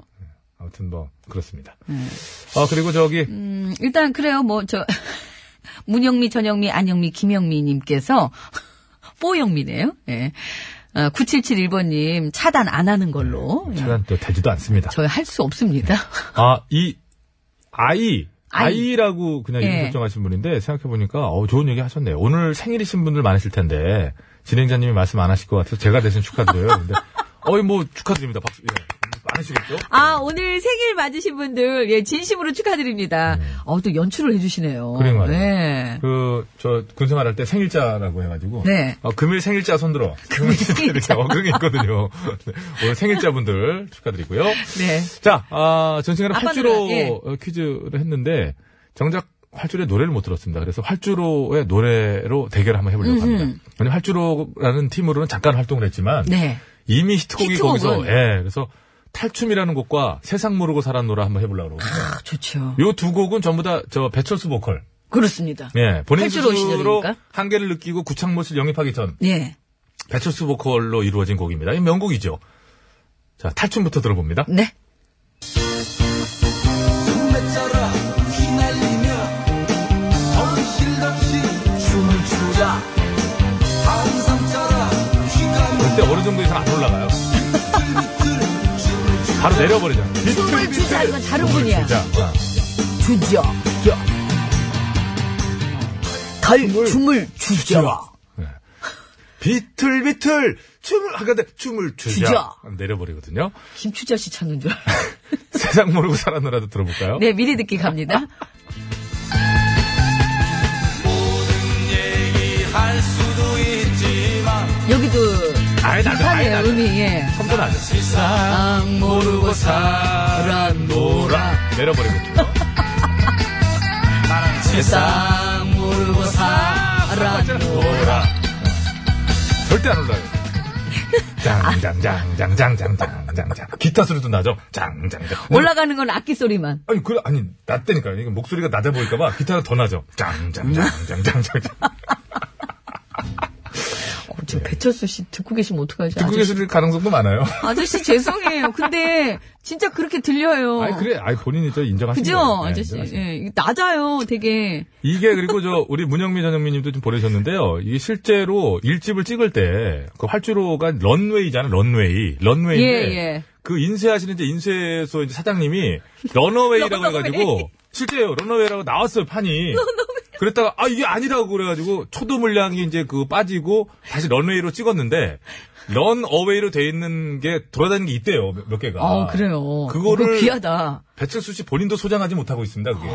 [SPEAKER 6] 아무튼 뭐 그렇습니다 아 그리고 저기
[SPEAKER 4] 음, 일단 그래요. 뭐 저 문영미, 전영미, 안영미, 김영미님께서 뽀영미네요. 예. 어, 9771번님 차단 안 하는 걸로. 예.
[SPEAKER 6] 차단 또 되지도 않습니다
[SPEAKER 4] 저희 할 수 없습니다.
[SPEAKER 6] 아 이 아이
[SPEAKER 4] 아이.
[SPEAKER 6] 아이라고 그냥 이름
[SPEAKER 4] 예.
[SPEAKER 6] 설정하신 분인데 생각해보니까 어, 좋은 얘기 하셨네요 오늘 생일이신 분들 많으실 텐데 진행자님이 말씀 안 하실 것 같아서 제가 대신 축하드려요 근데 어이 뭐 축하드립니다 박수 예. 많으시겠죠
[SPEAKER 4] 아 오늘 생일 맞으신 분들 예 진심으로 축하드립니다. 어또 연출을 해주시네요.
[SPEAKER 6] 음. 그래 말이에요.
[SPEAKER 4] 네.
[SPEAKER 6] 그 저 군생활 할 때 생일자라고 해가지고
[SPEAKER 4] 네.
[SPEAKER 6] 어, 금일 생일자 손들어 금일
[SPEAKER 4] 생일자.
[SPEAKER 6] 어그게 있거든요 네, 오늘 생일자분들 축하드리고요
[SPEAKER 4] 네.
[SPEAKER 6] 자 아, 전 시간에
[SPEAKER 4] 아빠
[SPEAKER 6] 활주로
[SPEAKER 4] 노래, 예.
[SPEAKER 6] 어, 퀴즈를 했는데 정작 활주로의 노래를 못 들었습니다 그래서 활주로의 노래로 대결을 한번 해보려고 합니다 왜냐면 활주로라는 팀으로는 잠깐 활동을 했지만
[SPEAKER 4] 네.
[SPEAKER 6] 이미 히트곡이
[SPEAKER 4] 히트곡은.
[SPEAKER 6] 거기서 예 그래서 탈춤이라는 곡과 세상 모르고 살았노라 한번 해보려고 그러거든요
[SPEAKER 4] 아, 좋죠.
[SPEAKER 6] 요 두 곡은 전부 다 저 배철수 보컬
[SPEAKER 4] 그렇습니다.
[SPEAKER 6] 예, 본인
[SPEAKER 4] 탈출로
[SPEAKER 6] 스스로
[SPEAKER 4] 시절이니까.
[SPEAKER 6] 한계를 느끼고 구창모를 영입하기 전
[SPEAKER 4] 예.
[SPEAKER 6] 배철수 보컬로 이루어진 곡입니다. 이 명곡이죠. 자, 탈춤부터
[SPEAKER 4] 음.
[SPEAKER 6] 들어봅니다.
[SPEAKER 4] 네.
[SPEAKER 5] 꿈에 따라 휘날리며
[SPEAKER 6] 어느 정도 이상 안 올라가요. 바로 내려버리죠.
[SPEAKER 4] 춤을 추자 이건 다른 분이야.
[SPEAKER 6] 자, 어. 자.
[SPEAKER 4] 주죠. 달 춤을 주죠.
[SPEAKER 3] 비틀비틀 춤을 하는데 춤을
[SPEAKER 4] 주자.
[SPEAKER 3] 추자.
[SPEAKER 6] 내려버리거든요.
[SPEAKER 4] 김추자 씨 찾는 줄 알아.
[SPEAKER 6] 세상 모르고 살았노라도 들어볼까요?
[SPEAKER 4] 네, 미리 듣기 갑니다. 여기도
[SPEAKER 6] 아예 나죠, 아예
[SPEAKER 4] 비슷하네요,
[SPEAKER 6] 나죠.
[SPEAKER 4] 음이. 예.
[SPEAKER 6] 첨도 나죠.
[SPEAKER 4] 안 모르고 살았노라.
[SPEAKER 6] 내려버리거든요.
[SPEAKER 4] 세상 모르고 살았노라.
[SPEAKER 6] 절대 안 올라요. 짱짱짱짱짱짱짱짱 기타 소리도 나죠. 짱짱짱 어,
[SPEAKER 4] 올라가는 건 악기 소리만.
[SPEAKER 6] 아니 그래 아니 낮다니까요. 이게 목소리가 낮아 보일까봐 기타는 더 나죠. 짱짱짱짱짱짱
[SPEAKER 4] 어, 지금 배철수 씨 듣고 계시면 어떡하지?
[SPEAKER 6] 듣고
[SPEAKER 4] 아저씨,
[SPEAKER 6] 계실 가능성도 많아요.
[SPEAKER 4] 아저씨 죄송해요. 근데 진짜 그렇게 들려요.
[SPEAKER 6] 아니 그래 아니 본인이 저
[SPEAKER 4] 어.
[SPEAKER 6] 인정하시는
[SPEAKER 4] 그죠?
[SPEAKER 6] 거예요. 네,
[SPEAKER 4] 아저씨.
[SPEAKER 6] 인정하시는
[SPEAKER 4] 예, 이게 낮아요, 되게.
[SPEAKER 6] 이게 그리고 저 우리 문영미 전영미님도 좀 보내셨는데요. 이게 실제로 일집을 찍을 때 그 활주로가 런웨이잖아요. 런웨이, 런웨이인데
[SPEAKER 4] 예, 예.
[SPEAKER 6] 그 인쇄하시는 이제 인쇄소 이제 사장님이 런어웨이라고
[SPEAKER 4] 런어웨이.
[SPEAKER 6] 해가지고 실제요 런어웨이라고 나왔어요 판이. 그랬다가 아 이게 아니라고 그래가지고 초도 물량이 이제 그 빠지고 다시 런웨이로 찍었는데 런어웨이로 돼 있는 게 돌아다니는 게 있대요 몇, 몇 개가.
[SPEAKER 4] 어, 그래요.
[SPEAKER 6] 아, 그거를
[SPEAKER 4] 이거 귀하다.
[SPEAKER 6] 배철수 씨 본인도 소장하지 못하고 있습니다. 그게.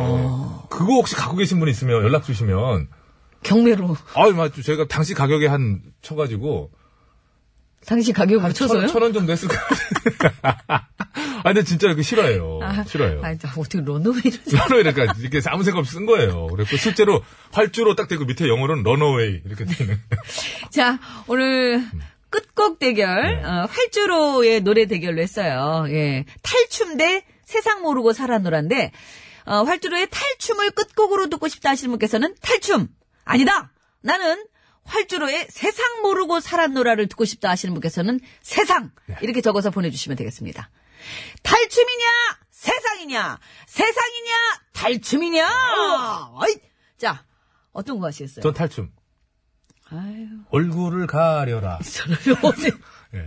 [SPEAKER 6] 그거 혹시 갖고 계신 분 있으면 연락 주시면
[SPEAKER 4] 경매로.
[SPEAKER 6] 아유, 맞죠. 제가 당시 가격에 한 쳐가지고
[SPEAKER 4] 당시 가격으로 쳐서요?
[SPEAKER 6] 천원 정도 했을 거예요. 아, 근데 진짜 그 싫어요. 싫어요.
[SPEAKER 4] 아, 나 어떻게 런어웨이를.
[SPEAKER 6] 러니까 이렇게 아무 생각 없이 쓴 거예요. 그래서 실제로 활주로 딱 되고 밑에 영어로는 런어웨이 이렇게 되는.
[SPEAKER 4] 자, 오늘 끝곡 대결, 어, 활주로의 노래 대결로 했어요. 예. 탈춤 대 세상 모르고 살아노란데, 어, 활주로의 탈춤을 끝곡으로 듣고 싶다 하시는 분께서는 탈춤! 아니다! 나는 활주로의 세상 모르고 살아노라를 듣고 싶다 하시는 분께서는 세상! 이렇게 적어서 보내주시면 되겠습니다. 탈춤이냐 세상이냐 세상이냐 탈춤이냐 어이! 자 어떤 거 하시겠어요?
[SPEAKER 6] 전 탈춤.
[SPEAKER 4] 아유
[SPEAKER 6] 얼굴을 가려라.
[SPEAKER 4] 저는 어디-
[SPEAKER 6] 예.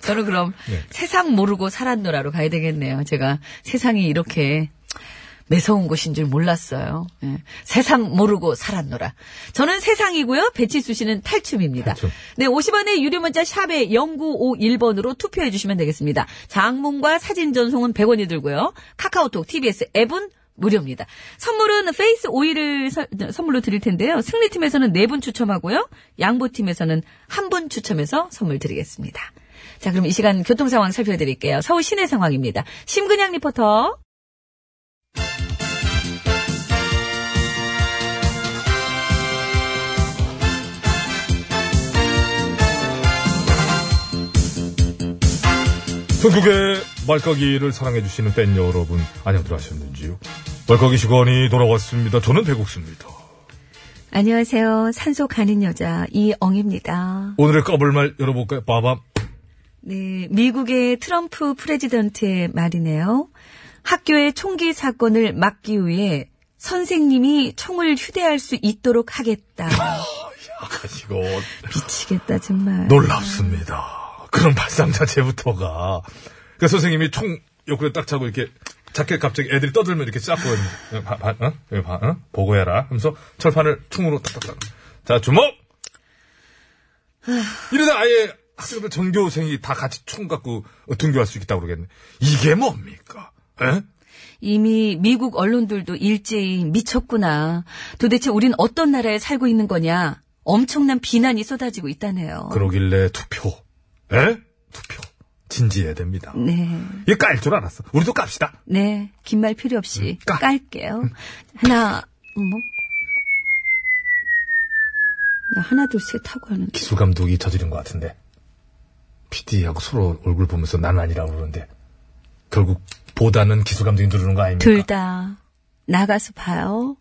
[SPEAKER 4] 저는 그럼 세상 모르고 살았노라로 가야 되겠네요. 제가 세상이 이렇게 매서운 곳인 줄 몰랐어요. 예. 세상 모르고 살았노라. 저는 세상이고요. 배치수 씨는 탈춤입니다.
[SPEAKER 6] 탈춤.
[SPEAKER 4] 네, 50원의 유료 문자 샵에 0951번으로 투표해 주시면 되겠습니다. 장문과 사진 전송은 100원이 들고요. 카카오톡, TBS 앱은 무료입니다. 선물은 페이스 오일을 서- 선물로 드릴 텐데요. 승리팀에서는 4분 추첨하고요. 양보팀에서는 1분 추첨해서 선물 드리겠습니다. 자, 그럼 이 시간 교통 상황 살펴드릴게요. 서울 시내 상황입니다. 심근양 리포터.
[SPEAKER 6] 전국의 말까기를 사랑해주시는 팬 여러분, 안녕들 하셨는지요? 말까기 시간이 돌아왔습니다. 저는 배국수입니다.
[SPEAKER 4] 안녕하세요. 산소 가는 여자 이엉입니다.
[SPEAKER 6] 오늘의 까불말 열어볼까요? 빠밤.
[SPEAKER 4] 네, 미국의 트럼프 프레지던트의 말이네요. 학교의 총기 사건을 막기 위해 선생님이 총을 휴대할 수 있도록 하겠다.
[SPEAKER 6] 아시고
[SPEAKER 4] 미치겠다 정말.
[SPEAKER 6] 놀랍습니다. 그런 발상 자체부터가. 그 선생님이 총 옆구리 딱 차고 이렇게 자켓 갑자기 애들이 떠들면 이렇게 쫙 보여. 봐, 봐, 어? 여기 봐, 어? 보고 해라. 하면서 철판을 총으로 탁탁탁. 자, 주먹! 이러다 아예 학생들 전교생이 다 같이 총 갖고 어, 등교할 수 있다고 그러겠네. 이게 뭡니까? 에?
[SPEAKER 4] 이미 미국 언론들도 일제히 미쳤구나. 도대체 우린 어떤 나라에 살고 있는 거냐. 엄청난 비난이 쏟아지고 있다네요.
[SPEAKER 6] 그러길래 투표. 에? 투표. 진지해야 됩니다.
[SPEAKER 4] 네.
[SPEAKER 6] 이게 깔 줄 알았어. 우리도 깝시다.
[SPEAKER 4] 네, 긴 말 필요 없이
[SPEAKER 6] 깔.
[SPEAKER 4] 깔게요. 하나, 뭐? 나 하나 둘씩 타고 하는 게
[SPEAKER 6] 기수 감독이 저지른 것 같은데 PD하고 서로 얼굴 보면서 난 아니라고 그러는데 결국 보다는 기수 감독이 누르는 거 아닙니까?
[SPEAKER 4] 둘 다 나가서 봐요.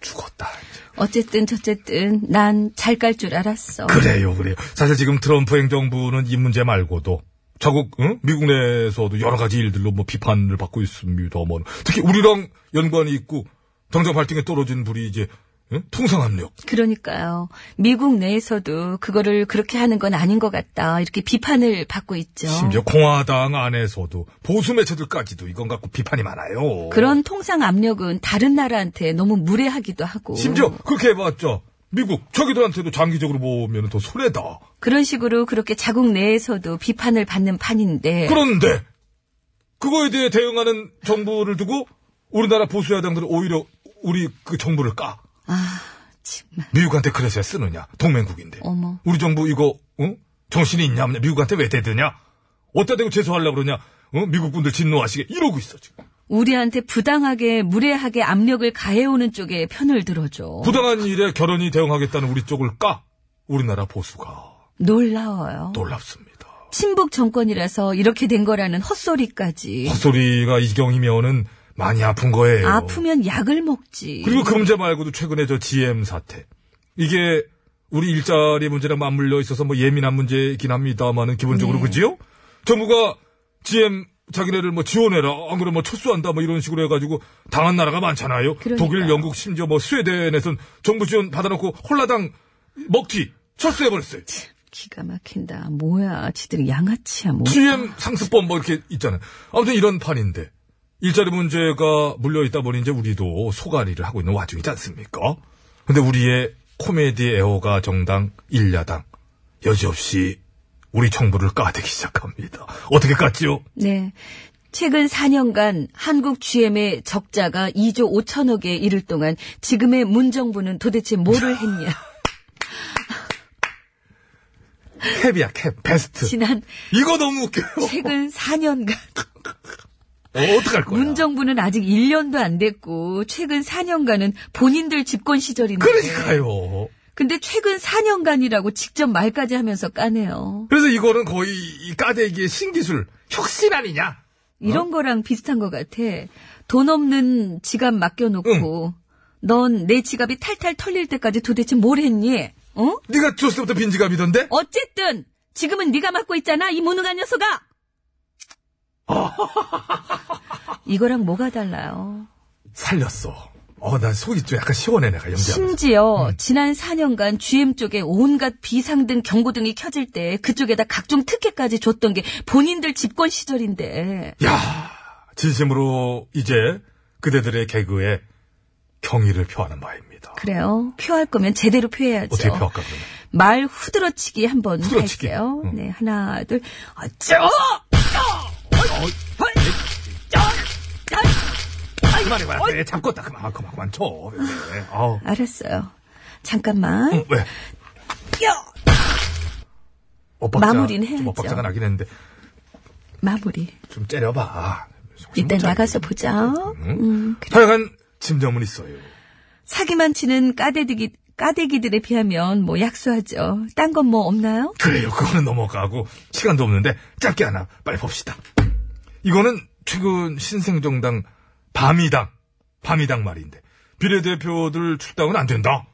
[SPEAKER 6] 죽었다. 이제.
[SPEAKER 4] 어쨌든 저쨌든 난 잘 깔 줄 알았어.
[SPEAKER 6] 그래요, 그래요. 사실 지금 트럼프 행정부는 이 문제 말고도 자국 응? 미국 내에서도 여러 가지 일들로 뭐 비판을 받고 있습니다만 특히 우리랑 연관이 있고 정정 발등에 떨어진 불이 이제 예? 통상압력.
[SPEAKER 4] 그러니까요. 미국 내에서도 그거를 그렇게 하는 건 아닌 것 같다. 이렇게 비판을 받고 있죠.
[SPEAKER 6] 심지어 공화당 안에서도 보수 매체들까지도 이건 갖고 비판이 많아요.
[SPEAKER 4] 그런 통상 압력은 다른 나라한테 너무 무례하기도 하고.
[SPEAKER 6] 심지어 그렇게 해봤자 미국 저기들한테도 장기적으로 보면 더 손해다.
[SPEAKER 4] 그런 식으로 그렇게 자국 내에서도 비판을 받는 판인데.
[SPEAKER 6] 그런데 그거에 대해 대응하는 정부를 두고 우리나라 보수 야당들은 오히려 우리 그 정부를 까.
[SPEAKER 4] 아, 정말.
[SPEAKER 6] 미국한테 그래서야 쓰느냐 동맹국인데.
[SPEAKER 4] 어머.
[SPEAKER 6] 우리 정부 이거 어? 정신이 있냐 없냐 미국한테 왜 대드냐 어디다 대고 죄송하려고 그러냐 어? 미국 분들 진노하시게 이러고 있어 지금
[SPEAKER 4] 우리한테 부당하게 무례하게 압력을 가해오는 쪽에 편을 들어줘.
[SPEAKER 6] 부당한 일에 결연히 대응하겠다는 우리 쪽을 까 우리나라 보수가
[SPEAKER 4] 놀라워요.
[SPEAKER 6] 놀랍습니다
[SPEAKER 4] 친북 정권이라서 이렇게 된 거라는 헛소리까지.
[SPEAKER 6] 헛소리가 이경이면은 많이 아픈 거예요
[SPEAKER 4] 예. 아프면 약을 먹지.
[SPEAKER 6] 그리고 그 문제 말고도 최근에 저 GM 사태 이게 우리 일자리 문제랑 맞물려 있어서 뭐 예민한 문제이긴 합니다만은 기본적으로
[SPEAKER 4] 네.
[SPEAKER 6] 그지요? 정부가 GM 자기네를 뭐 지원해라 안 그러면 뭐 철수한다 뭐 이런 식으로 해가지고 당한 나라가 많잖아요.
[SPEAKER 4] 그러니까요.
[SPEAKER 6] 독일, 영국 심지어 뭐 스웨덴에선 정부 지원 받아놓고 홀라당 먹튀 철수해버렸어요.
[SPEAKER 4] 기가 막힌다. 뭐야, 지들이 양아치야, 뭐.
[SPEAKER 6] GM 상습법 뭐 이렇게 있잖아요. 아무튼 이런 판인데 일자리 문제가 물려 있다 보니 이제 우리도 소가리를 하고 있는 와중이지 않습니까? 근데 우리의 코미디 애호가 정당 일야당 여지없이 우리 정부를 까대기 시작합니다. 어떻게 깠지요?
[SPEAKER 4] 네. 최근 4년간 한국 GM의 적자가 2조 5천억에 이를 동안 지금의 문 정부는 도대체 뭐를 했냐.
[SPEAKER 6] 캡이야 캡 베스트.
[SPEAKER 4] 지난
[SPEAKER 6] 이거 너무 웃겨요.
[SPEAKER 4] 최근 4년간
[SPEAKER 6] 어, 어떡할 거야?
[SPEAKER 4] 문 정부는 아직 1년도 안 됐고 최근 4년간은 본인들 집권 시절인데.
[SPEAKER 6] 그러니까요.
[SPEAKER 4] 근데 최근 4년간이라고 직접 말까지 하면서 까네요.
[SPEAKER 6] 그래서 이거는 거의 이 까대기의 신기술 혁신 아니냐? 어?
[SPEAKER 4] 이런 거랑 비슷한 것 같아. 돈 없는 지갑 맡겨놓고 넌 내 지갑이 탈탈 털릴 때까지 도대체 뭘 했니? 어?
[SPEAKER 6] 네가 줬을 때부터 빈지갑이던데?
[SPEAKER 4] 어쨌든 지금은 네가 맡고 있잖아 이 무능한 녀석아. 이거랑 뭐가 달라요?
[SPEAKER 6] 살렸어. 어, 난 속이 좀 약간 시원해 내가 연기하면서.
[SPEAKER 4] 심지어
[SPEAKER 6] 네.
[SPEAKER 4] 지난 4년간 GM 쪽에 온갖 비상등 경고등이 켜질 때 그쪽에다 각종 특혜까지 줬던 게 본인들 집권 시절인데
[SPEAKER 6] 야, 진심으로 이제 그대들의 개그에 경의를 표하는 바입니다.
[SPEAKER 4] 그래요. 표할 거면 제대로 표해야죠.
[SPEAKER 6] 어떻게 표할까 그러면?
[SPEAKER 4] 말 후드러치기 한번
[SPEAKER 6] 후드러치기.
[SPEAKER 4] 할게요.
[SPEAKER 6] 응.
[SPEAKER 4] 네, 하나, 둘, 어쩌! 어! 헐! 짜! 짜!
[SPEAKER 6] 그만해 그만해. 네, 잡고 딱 그만 그만 그만 쳐. 네, 네. 아우.
[SPEAKER 4] 알았어요. 잠깐만.
[SPEAKER 6] 응, 왜?
[SPEAKER 4] 야!
[SPEAKER 6] 엇박자,
[SPEAKER 4] 마무리는 해야죠.
[SPEAKER 6] 좀 엇박자가 나긴 했는데
[SPEAKER 4] 마무리.
[SPEAKER 6] 좀 째려봐.
[SPEAKER 4] 이따 나가서 보자. 음, 그래.
[SPEAKER 6] 하여간 짐점은 있어요.
[SPEAKER 4] 사기만 치는 까대기, 까대기들에 비하면 뭐 약소하죠. 딴 건 뭐 없나요?
[SPEAKER 6] 그래요. 그거는 넘어가고 시간도 없는데 짧게 하나 빨리 봅시다. 이거는 최근 신생정당 밤이당 밤이당 말인데 비례대표들 출당은 안 된다.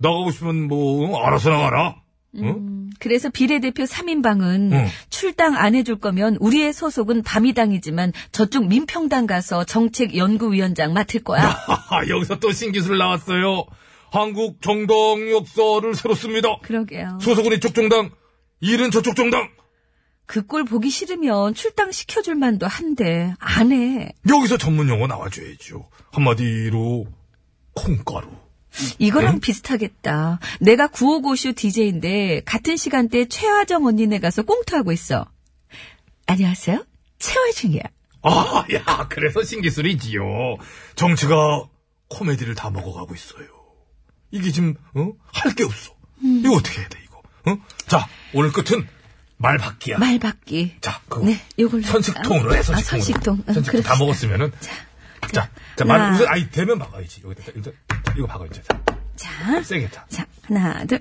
[SPEAKER 6] 나가고 싶으면 뭐 어, 알아서 나가라. 응?
[SPEAKER 4] 그래서 비례대표 3인방은
[SPEAKER 6] 응.
[SPEAKER 4] 출당 안 해줄 거면 우리의 소속은 밤이당이지만 저쪽 민평당 가서 정책연구위원장 맡을 거야.
[SPEAKER 6] 하하, 여기서 또 신기술 나왔어요. 한국 정당 역사를 새로 씁니다.
[SPEAKER 4] 그러게요.
[SPEAKER 6] 소속은 이쪽 정당, 일은 저쪽 정당.
[SPEAKER 4] 그 꼴 보기 싫으면 출당 시켜줄 만도 한데 안 해.
[SPEAKER 6] 여기서 전문 용어 나와줘야죠. 한마디로 콩가루.
[SPEAKER 4] 이거랑 비슷하겠다. 내가 9595쇼 DJ인데 같은 시간대 최화정 언니네 가서 꽁투하고 있어. 안녕하세요. 최화정이야.
[SPEAKER 6] 아, 야, 그래서 신기술이지요. 정치가 코미디를 다 먹어가고 있어요. 이게 지금 어? 할 게 없어.
[SPEAKER 4] 음.
[SPEAKER 6] 이거 어떻게 해야 돼 이거? 어? 자, 오늘 끝은 말 바뀌야.
[SPEAKER 4] 말 받기.
[SPEAKER 6] 자, 그거
[SPEAKER 4] 네, 요걸로.
[SPEAKER 6] 선식통으로 해,
[SPEAKER 4] 할까요? 아, 선식통.
[SPEAKER 6] 선식통으로.
[SPEAKER 4] 응,
[SPEAKER 6] 선식통 다
[SPEAKER 4] 그럽시다. 네.
[SPEAKER 6] 먹었으면은. 자, 자,
[SPEAKER 4] 하나.
[SPEAKER 6] 말, 우선, 아니, 되면 막아야지. 여기다, 일단, 이거 막아, 이제. 자,
[SPEAKER 4] 자,
[SPEAKER 6] 세게 자.
[SPEAKER 4] 자, 하나, 둘.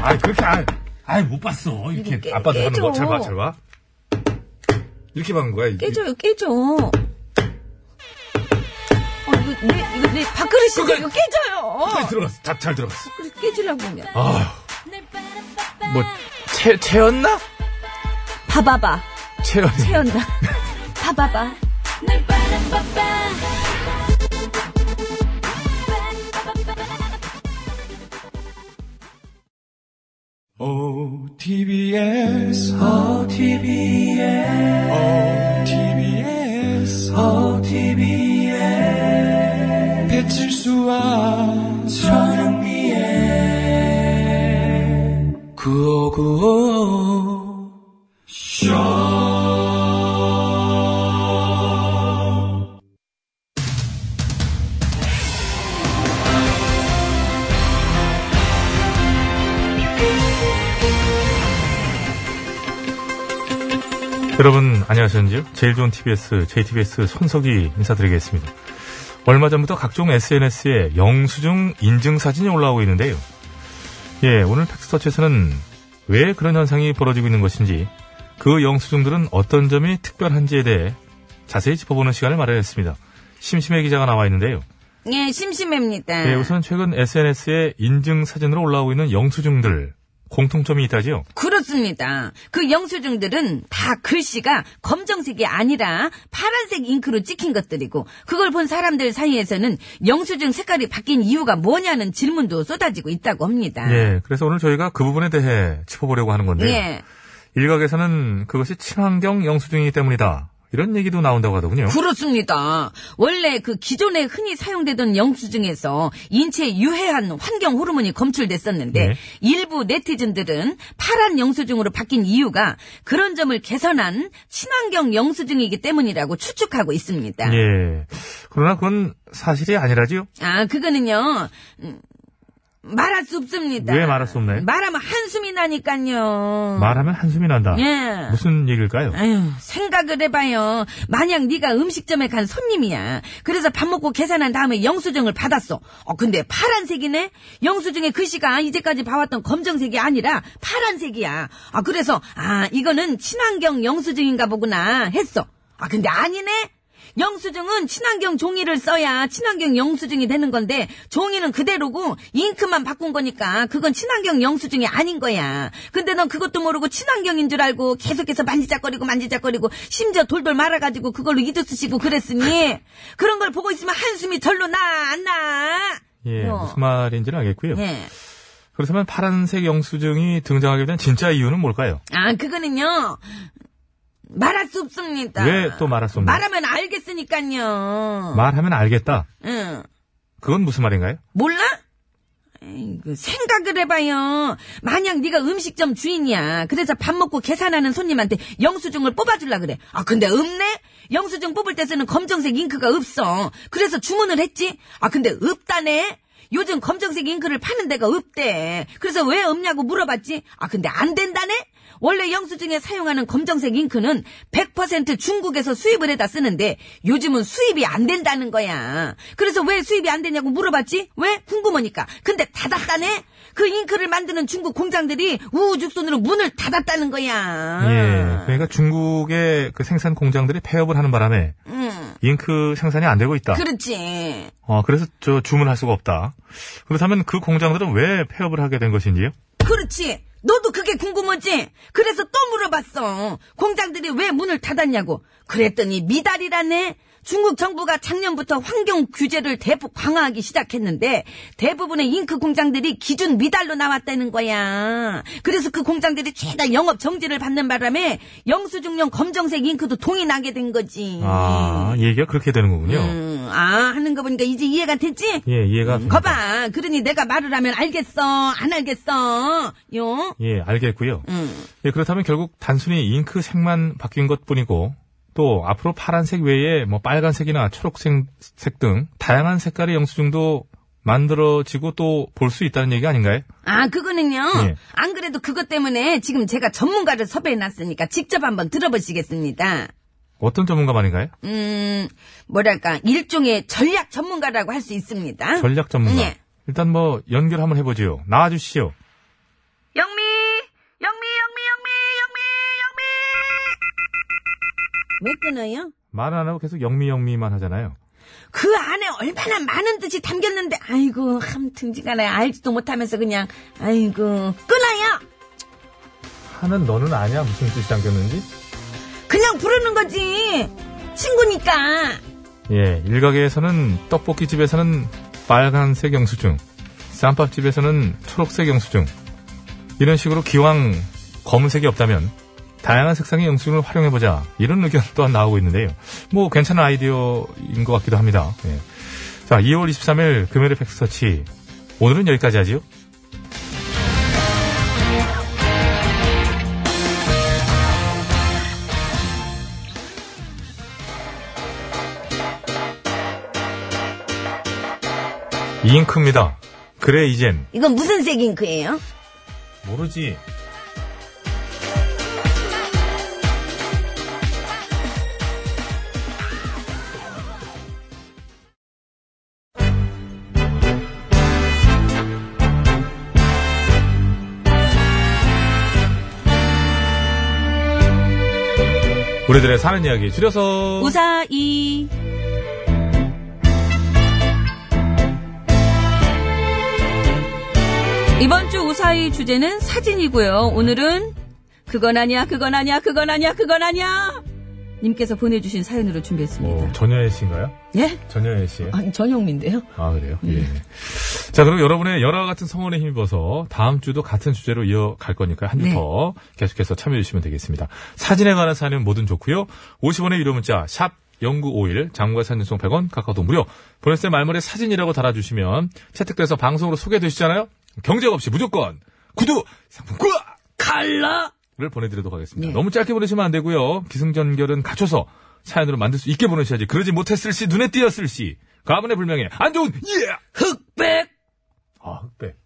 [SPEAKER 6] 아니, 그렇게, 안 아니, 못 봤어. 이렇게,
[SPEAKER 4] 깨-
[SPEAKER 6] 아빠도 하는 거.
[SPEAKER 4] 깨져.
[SPEAKER 6] 잘 봐, 잘 봐. 이렇게 박은 거야, 이게.
[SPEAKER 4] 깨져요, 깨져. 어, 이거 내, 이거 내 밥그릇인데 이거
[SPEAKER 6] 빨리
[SPEAKER 4] 깨져요.
[SPEAKER 6] 들어갔어. 자, 잘 들어갔어.
[SPEAKER 4] 그래서 깨지려고 하면.
[SPEAKER 6] 아휴. 뭐, 채, 채였나?
[SPEAKER 4] 봐봐봐.
[SPEAKER 6] 채연이.
[SPEAKER 4] 태연다. 봐봐봐.
[SPEAKER 11] 어, TBS, 어, TBS, 어, TBS, 어, TBS, 배칠수와 전영미의 구호구호 쇼.
[SPEAKER 6] 여러분 안녕하셨는지요? 제일 좋은 TBS, JTBS 손석희 인사드리겠습니다. 얼마 전부터 각종 SNS에 영수증 인증 사진이 올라오고 있는데요. 예, 오늘 팩스터치에서는 왜 그런 현상이 벌어지고 있는 것인지 그 영수증들은 어떤 점이 특별한지에 대해 자세히 짚어보는 시간을 마련했습니다. 심심해 기자가 나와 있는데요.
[SPEAKER 4] 예, 심심합니다.
[SPEAKER 6] 예, 우선 최근 SNS에 인증 사진으로 올라오고 있는 영수증들 공통점이 있다지요?
[SPEAKER 4] 그렇습니다. 그 영수증들은 다 글씨가 검정색이 아니라 파란색 잉크로 찍힌 것들이고 그걸 본 사람들 사이에서는 영수증 색깔이 바뀐 이유가 뭐냐는 질문도 쏟아지고 있다고 합니다.
[SPEAKER 6] 예, 그래서 오늘 저희가 그 부분에 대해 짚어보려고 하는 건데요.
[SPEAKER 4] 네. 예.
[SPEAKER 6] 일각에서는 그것이 친환경 영수증이기 때문이다. 이런 얘기도 나온다고 하더군요.
[SPEAKER 4] 그렇습니다. 원래 그 기존에 흔히 사용되던 영수증에서 인체에 유해한 환경 호르몬이 검출됐었는데
[SPEAKER 6] 네.
[SPEAKER 4] 일부 네티즌들은 파란 영수증으로 바뀐 이유가 그런 점을 개선한 친환경 영수증이기 때문이라고 추측하고 있습니다.
[SPEAKER 6] 예. 그러나 그건 사실이 아니라지요?
[SPEAKER 4] 아, 그거는요. 음, 말할 수 없습니다.
[SPEAKER 6] 왜 말할 수 없나요?
[SPEAKER 4] 네. 말하면 한숨이 나니까요.
[SPEAKER 6] 말하면 한숨이 난다.
[SPEAKER 4] 예.
[SPEAKER 6] 무슨 얘기일까요?
[SPEAKER 4] 아유, 생각을 해봐요. 만약 네가 음식점에 간 손님이야. 그래서 밥 먹고 계산한 다음에 영수증을 받았어. 어, 근데 파란색이네? 영수증의 글씨가 이제까지 봐왔던 검정색이 아니라 파란색이야. 아, 그래서, 아, 이거는 친환경 영수증인가 보구나 했어. 아, 근데 아니네? 영수증은 친환경 종이를 써야 친환경 영수증이 되는 건데 종이는 그대로고 잉크만 바꾼 거니까 그건 친환경 영수증이 아닌 거야. 근데 넌 그것도 모르고 친환경인 줄 알고 계속해서 만지작거리고 만지작거리고 심지어 돌돌 말아가지고 그걸로 이도 쓰시고 그랬으니 그런 걸 보고 있으면 한숨이 절로 나 안 나.
[SPEAKER 6] 예,
[SPEAKER 4] 어.
[SPEAKER 6] 무슨 말인지는 알겠고요.
[SPEAKER 4] 예.
[SPEAKER 6] 그렇다면 파란색 영수증이 등장하게 된 진짜 이유는 뭘까요?
[SPEAKER 4] 아 그거는요 말할 수 없습니다.
[SPEAKER 6] 왜 또 말할 수 없나요?
[SPEAKER 4] 말하면 알겠으니까요.
[SPEAKER 6] 말하면 알겠다.
[SPEAKER 4] 응.
[SPEAKER 6] 그건 무슨 말인가요?
[SPEAKER 4] 몰라? 에이구, 그 생각을 해봐요. 만약 네가 음식점 주인이야. 그래서 밥 먹고 계산하는 손님한테 영수증을 뽑아주려 그래. 아 근데 없네? 영수증 뽑을 때 쓰는 검정색 잉크가 없어. 그래서 주문을 했지. 아 근데 없다네. 요즘 검정색 잉크를 파는 데가 없대. 그래서 왜 없냐고 물어봤지. 아 근데 안 된다네. 원래 영수증에 사용하는 검정색 잉크는 100% 중국에서 수입을 해다 쓰는데 요즘은 수입이 안 된다는 거야. 그래서 왜 수입이 안 되냐고 물어봤지? 왜? 궁금하니까. 근데 닫았다네? 그 잉크를 만드는 중국 공장들이 우후죽순으로 문을 닫았다는 거야.
[SPEAKER 6] 예. 그러니까 중국의 그 생산 공장들이 폐업을 하는 바람에
[SPEAKER 4] 응.
[SPEAKER 6] 잉크 생산이 안 되고 있다.
[SPEAKER 4] 음. 그렇지.
[SPEAKER 6] 어, 그래서 저 주문할 수가 없다. 그렇다면 그 공장들은 왜 폐업을 하게 된 것인지요?
[SPEAKER 4] 그렇지. 너도 그게 궁금하지? 그래서 또 물어봤어. 공장들이 왜 문을 닫았냐고. 그랬더니 미달이라네. 중국 정부가 작년부터 환경 규제를 대폭 강화하기 시작했는데 대부분의 잉크 공장들이 기준 미달로 나왔다는 거야. 그래서 그 공장들이 최다 영업 정지를 받는 바람에 영수증용 검정색 잉크도 동이 나게 된 거지.
[SPEAKER 6] 아, 얘기가 그렇게 되는 거군요.
[SPEAKER 4] 음, 아 하는 거 보니까 이제 이해가 됐지?
[SPEAKER 6] 예, 이해가. 됩니다.
[SPEAKER 4] 거봐. 그러니 내가 말을 하면 알겠어. 안 알겠어. 요.
[SPEAKER 6] 예, 알겠고요.
[SPEAKER 4] 음.
[SPEAKER 6] 예, 그렇다면 결국 단순히 잉크 색만 바뀐 것 뿐이고 또 앞으로 파란색 외에 뭐 빨간색이나 초록색 등 다양한 색깔의 영수증도 만들어지고 또 볼 수 있다는 얘기 아닌가요?
[SPEAKER 4] 아, 그거는요.
[SPEAKER 6] 예.
[SPEAKER 4] 안 그래도 그것 때문에 지금 제가 전문가를 섭외해놨으니까 직접 한번 들어보시겠습니다.
[SPEAKER 6] 어떤 전문가 말인가요?
[SPEAKER 4] 음, 뭐랄까, 일종의 전략 전문가라고 할 수 있습니다.
[SPEAKER 6] 전략 전문가.
[SPEAKER 4] 예.
[SPEAKER 6] 일단 뭐 연결 한번 해보지요. 나와주시오.
[SPEAKER 4] 영미! 영미, 영미, 영미, 영미, 영미, 영미! 왜 끊어요?
[SPEAKER 6] 말 안 하고 계속 영미 영미만 하잖아요.
[SPEAKER 4] 그 안에 얼마나 많은 뜻이 담겼는데, 아이고, 함 등지간에 알지도 못하면서 그냥, 아이고, 끊어요!
[SPEAKER 6] 하는 너는 아냐 무슨 뜻이 담겼는지?
[SPEAKER 4] 그냥 부르는 거지! 친구니까!
[SPEAKER 6] 예, 일각에서는 떡볶이 집에서는 빨간색 영수증, 쌈밥집에서는 초록색 영수증 이런 식으로 기왕 검은색이 없다면 다양한 색상의 영수증을 활용해보자 이런 의견 또한 나오고 있는데요. 뭐 괜찮은 아이디어인 것 같기도 합니다. 예. 자, 2월 23일 금요일의 팩스터치 오늘은 여기까지 하지요. 잉크입니다. 그래 이젠
[SPEAKER 12] 이건 무슨 색 잉크예요?
[SPEAKER 6] 모르지. 우리들의 사는 이야기 줄여서
[SPEAKER 4] 우사이. 이번 주 우사이 주제는 사진이고요. 오늘은 그건 아니야, 그건 아니야, 그건 아니야, 그건 아니야. 님께서 보내주신 사연으로 준비했습니다.
[SPEAKER 6] 어, 전여혜 씨인가요?
[SPEAKER 4] 예?
[SPEAKER 6] 전여혜 씨.
[SPEAKER 4] 아니, 전용민데요.
[SPEAKER 6] 아 그래요? 예. 자 그럼 여러분의 열화 같은 성원에 힘입어서 다음 주도 같은 주제로 이어갈 거니까 한 주
[SPEAKER 4] 네.
[SPEAKER 6] 더 계속해서 참여해 주시면 되겠습니다. 사진에 관한 사연은 뭐든 좋고요. 50원의 유료 문자 샵 0951, 장과 사진송 100원, 카카오톡 무료. 보냈을 때 말머리에 사진이라고 달아주시면 채택돼서 방송으로 소개되시잖아요. 경쟁 없이 무조건 구두 상품권
[SPEAKER 4] 칼라
[SPEAKER 6] 를 보내드리도록 하겠습니다.
[SPEAKER 4] 예.
[SPEAKER 6] 너무 짧게 보내시면 안 되고요. 기승전결은 갖춰서 사연으로 만들 수 있게 보내셔야지. 그러지 못했을 시, 눈에 띄었을 시, 가문의 불명예, 안 좋은 예!
[SPEAKER 4] 흑백! 예.
[SPEAKER 6] 아, 흑백.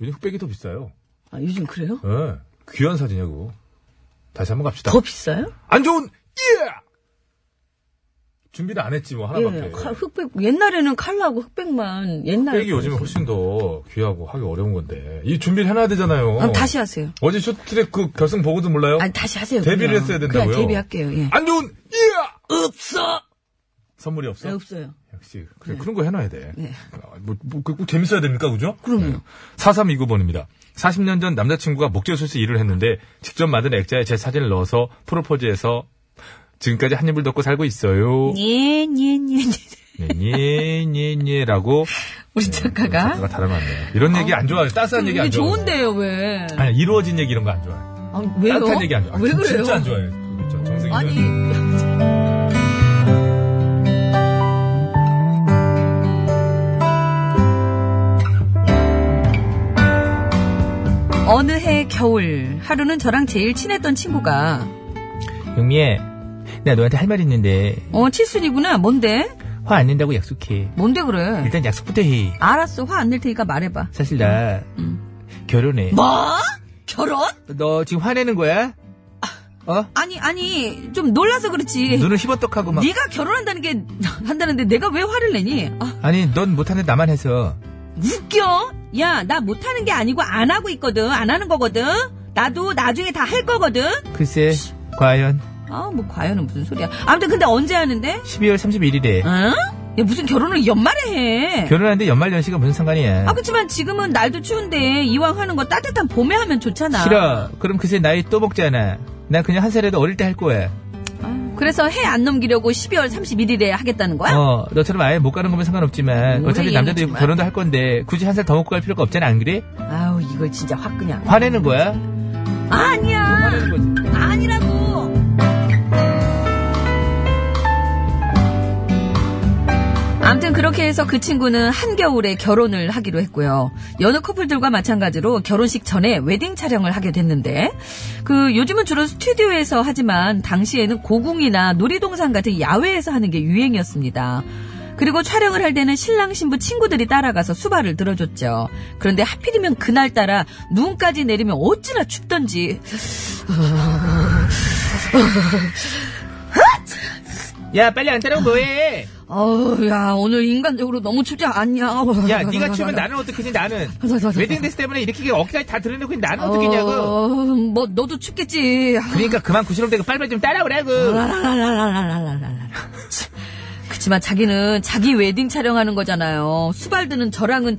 [SPEAKER 6] 요즘 흑백이 더 비싸요.
[SPEAKER 4] 아, 요즘 그래요?
[SPEAKER 6] 예. 귀한 사진이고. 다시 한번 갑시다.
[SPEAKER 4] 더 비싸요?
[SPEAKER 6] 안 좋은 예! 준비를 안 했지 뭐 하나밖에.
[SPEAKER 4] 예, 칼- 흑백, 옛날에는 칼라하고 흑백만, 옛날에.
[SPEAKER 6] 흑백이 요즘에 훨씬 더 귀하고 하기 어려운 건데 이 준비를 해놔야 되잖아요.
[SPEAKER 4] 그럼 다시 하세요.
[SPEAKER 6] 어제 쇼트트랙 그 결승 보고도 몰라요?
[SPEAKER 4] 아니, 다시 하세요.
[SPEAKER 6] 데뷔를
[SPEAKER 4] 그냥.
[SPEAKER 6] 했어야 된다고요? 아,
[SPEAKER 4] 그냥 데뷔할게요, 예.
[SPEAKER 6] 안 좋은 예!
[SPEAKER 4] 없어!
[SPEAKER 6] 선물이 없어?
[SPEAKER 4] 네, 없어요.
[SPEAKER 6] 역시 그래, 그런 거 해놔야 돼.
[SPEAKER 4] 네.
[SPEAKER 6] 아, 뭐, 뭐, 그꼭 재밌어야 됩니까, 그죠? 그럼요. 4329번입니다. 40년 전 남자친구가 목재소에서 일을 했는데 직접 만든 액자에 제 사진을 넣어서 프로포즈해서 지금까지 한 입을 덮고 살고 있어요.
[SPEAKER 4] 예, 예, 예, 예.
[SPEAKER 6] 네, 예, 예, 예, 라고
[SPEAKER 4] 우리 작가가.
[SPEAKER 6] 제가 달아놨네요. 이런 얘기 안 좋아해요. 따스한 얘기
[SPEAKER 4] 이게
[SPEAKER 6] 안 좋아해요.
[SPEAKER 4] 좋은데요, 왜?
[SPEAKER 6] 아니, 이루어진 얘기 이런 거 안 좋아해요.
[SPEAKER 4] 아, 왜요?
[SPEAKER 6] 따뜻한 얘기 안 좋아해요. 아,
[SPEAKER 4] 왜
[SPEAKER 6] 진-
[SPEAKER 4] 그래요?
[SPEAKER 6] 진짜 안 좋아해요. 그렇죠. 정승이
[SPEAKER 4] 아니. 네. 어느 해 겨울 하루는 저랑 제일 친했던 친구가
[SPEAKER 13] 영미야, 나 너한테 할 말 있는데
[SPEAKER 4] 어 칠순이구나 뭔데
[SPEAKER 13] 화 안 낸다고 약속해.
[SPEAKER 4] 뭔데 그래
[SPEAKER 13] 일단 약속부터 해.
[SPEAKER 4] 알았어 화 안 낼 테니까 말해봐
[SPEAKER 13] 사실 나 결혼해.
[SPEAKER 4] 뭐 결혼
[SPEAKER 13] 너 지금 화내는 거야? 어?
[SPEAKER 4] 아니 아니 좀 놀라서 그렇지
[SPEAKER 13] 눈을 희번떡하고 막.
[SPEAKER 4] 네가 결혼한다는 게 한다는데 내가 왜 화를 내니 아,
[SPEAKER 13] 아니 넌 못하는데 나만 해서.
[SPEAKER 4] 웃겨 야 나 못하는 게 아니고 안 하고 있거든 안 하는 거거든 나도 나중에 다 할 거거든
[SPEAKER 13] 글쎄, 과연
[SPEAKER 4] 아 뭐 과연은 무슨 소리야 아무튼 근데 언제 하는데
[SPEAKER 13] 12월 31일에
[SPEAKER 4] 응? 야, 무슨 결혼을 연말에 해.
[SPEAKER 13] 결혼하는데 연말 연시가 무슨 상관이야?
[SPEAKER 4] 아, 그렇지만 지금은 날도 추운데 이왕 하는 거 따뜻한 봄에 하면 좋잖아.
[SPEAKER 13] 싫어. 그럼 글쎄 나이 또 먹잖아. 난 그냥 한 살이라도 어릴 때 할 거야.
[SPEAKER 4] 그래서 해 안 넘기려고 12월 31일에 하겠다는 거야?
[SPEAKER 13] 어, 너처럼 아예 음, 못 가는 거면 상관없지만
[SPEAKER 4] 뭐래,
[SPEAKER 13] 어차피
[SPEAKER 4] 얘는
[SPEAKER 13] 남자도 있고
[SPEAKER 4] 정말.
[SPEAKER 13] 결혼도 할 건데 굳이 한 살 더 먹고 갈 필요가 없잖아, 안 그래?
[SPEAKER 4] 아우, 이거 진짜 확 그냥.
[SPEAKER 13] 화내는 거야?
[SPEAKER 4] 아니야. 아니라고. 암튼 그렇게 해서 그 친구는 한겨울에 결혼을 하기로 했고요. 여느 커플들과 마찬가지로 결혼식 전에 웨딩 촬영을 하게 됐는데 그 요즘은 주로 스튜디오에서 하지만 당시에는 고궁이나 놀이동산 같은 야외에서 하는 게 유행이었습니다. 그리고 촬영을 할 때는 신랑 신부 친구들이 따라가서 수발을 들어줬죠. 그런데 하필이면 그날따라 눈까지 내리면 어찌나 춥던지
[SPEAKER 13] 야, 빨리 안 따라오면 뭐해?
[SPEAKER 4] 어우, 야, 오늘 인간적으로 너무 춥지 않냐?
[SPEAKER 13] 야, 네가 추면 나는 어떡하지, 나는. 웨딩 드레스 때문에 이렇게 어깨까지 다 드러내고 나는 어떡하냐고.
[SPEAKER 4] 어, 뭐, 너도 춥겠지.
[SPEAKER 13] 그러니까 그만 구시렁대고 빨리빨리 좀 따라오라고.
[SPEAKER 4] 라라라라라라라라. 참. 그치만 자기는 자기 웨딩 촬영하는 거잖아요. 수발드는 저랑은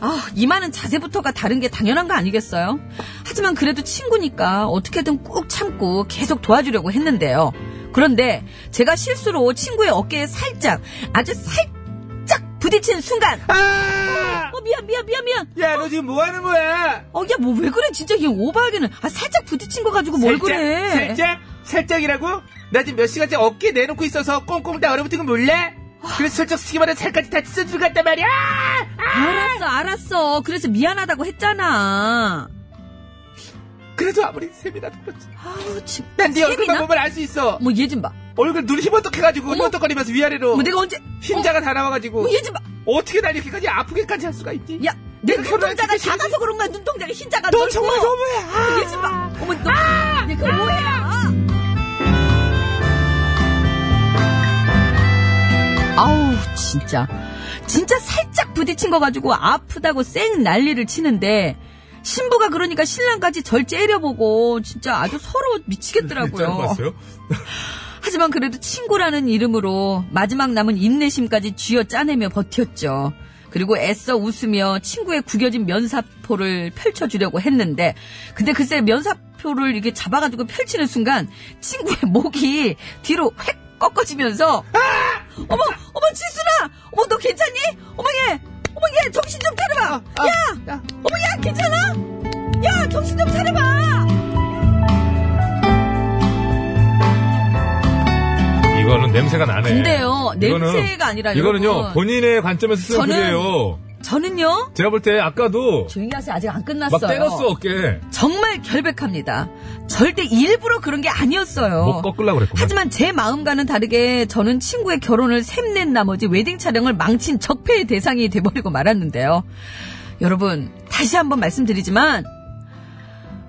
[SPEAKER 4] 아, 이만한 자세부터가 다른 게 당연한 거 아니겠어요? 하지만 그래도 친구니까 어떻게든 꾹 참고 계속 도와주려고 했는데요. 그런데 제가 실수로 친구의 어깨에 살짝, 아주 살짝 부딪힌 순간. 아! 어, 미안, 미안, 미안, 미안.
[SPEAKER 13] 야, 너 지금 뭐 하는 거야?
[SPEAKER 4] 어, 야, 뭐 왜 그래? 진짜 이게 오바하기는. 아, 살짝 부딪힌 거 가지고 뭘
[SPEAKER 13] 살짝,
[SPEAKER 4] 그래?
[SPEAKER 13] 살짝? 살짝이라고? 나 지금 몇 시간째 어깨 내놓고 있어서 꽁꽁 다 얼어붙은 거 몰라? 그래서 슬쩍 스키마다 살까지 다 찢어 들어갔단 말이야!
[SPEAKER 4] 알았어, 알았어. 그래서 미안하다고 했잖아.
[SPEAKER 13] 그래도 아무리 셈이라도 그렇지.
[SPEAKER 4] 아우, 참.
[SPEAKER 13] 난 네 얼굴만
[SPEAKER 4] 셈이나?
[SPEAKER 13] 보면 알 수 있어.
[SPEAKER 4] 뭐, 얘 좀 봐.
[SPEAKER 13] 얼굴 눈 희번뜩해가지고 희번뜩거리면서 위아래로.
[SPEAKER 4] 뭐, 내가 언제.
[SPEAKER 13] 흰자가 다 나와가지고.
[SPEAKER 4] 뭐, 얘 좀 봐.
[SPEAKER 13] 어떻게 날 이렇게까지 아프게까지 할 수가 있지?
[SPEAKER 4] 야, 내
[SPEAKER 13] 내가 결혼할
[SPEAKER 4] 눈동자가
[SPEAKER 13] 때
[SPEAKER 4] 작아서 그런가? 눈동자가 흰자가
[SPEAKER 13] 너
[SPEAKER 4] 넓고. 뭐,
[SPEAKER 13] 정말 너무해. 아.
[SPEAKER 4] 얘좀 봐. 어머, 너. 아! 얘 그거 뭐야? 아우 진짜 진짜 살짝 부딪힌 거 가지고 아프다고 쌩 난리를 치는데 신부가 그러니까 신랑까지 절 째려보고 진짜 아주 서로 미치겠더라고요.
[SPEAKER 6] 짧았어요?
[SPEAKER 4] 하지만 그래도 친구라는 이름으로 마지막 남은 인내심까지 쥐어 짜내며 버텼죠. 그리고 애써 웃으며 친구의 구겨진 면사포를 펼쳐주려고 했는데, 근데 글쎄 면사포를 이게 잡아가지고 펼치는 순간 친구의 목이 뒤로 획 꺾어지면서, 아! 어머, 어머, 지순아! 어머, 너 괜찮니? 어머, 얘! 어머, 얘! 정신 좀 차려봐! 야! 어머, 야, 괜찮아? 야, 정신 좀 차려봐!
[SPEAKER 6] 이거는 냄새가 나네.
[SPEAKER 4] 근데요,
[SPEAKER 6] 이거는-
[SPEAKER 4] 냄새가 아니라
[SPEAKER 6] 이거는요,
[SPEAKER 4] 여러분.
[SPEAKER 6] 본인의 관점에서 쓰는
[SPEAKER 4] 저는-
[SPEAKER 6] 글이에요.
[SPEAKER 4] 저는요,
[SPEAKER 6] 제가 볼 때 아까도
[SPEAKER 4] 조용히 하세요. 아직 안 끝났어요.
[SPEAKER 6] 막 때렸어, 어깨.
[SPEAKER 4] 정말 결백합니다. 절대 일부러 그런 게 아니었어요.
[SPEAKER 6] 못뭐 꺾으려고 그랬구만.
[SPEAKER 4] 하지만 제 마음과는 다르게 저는 친구의 결혼을 샘낸 나머지 웨딩 촬영을 망친 적폐의 대상이 돼버리고 말았는데요. 여러분 다시 한번 말씀드리지만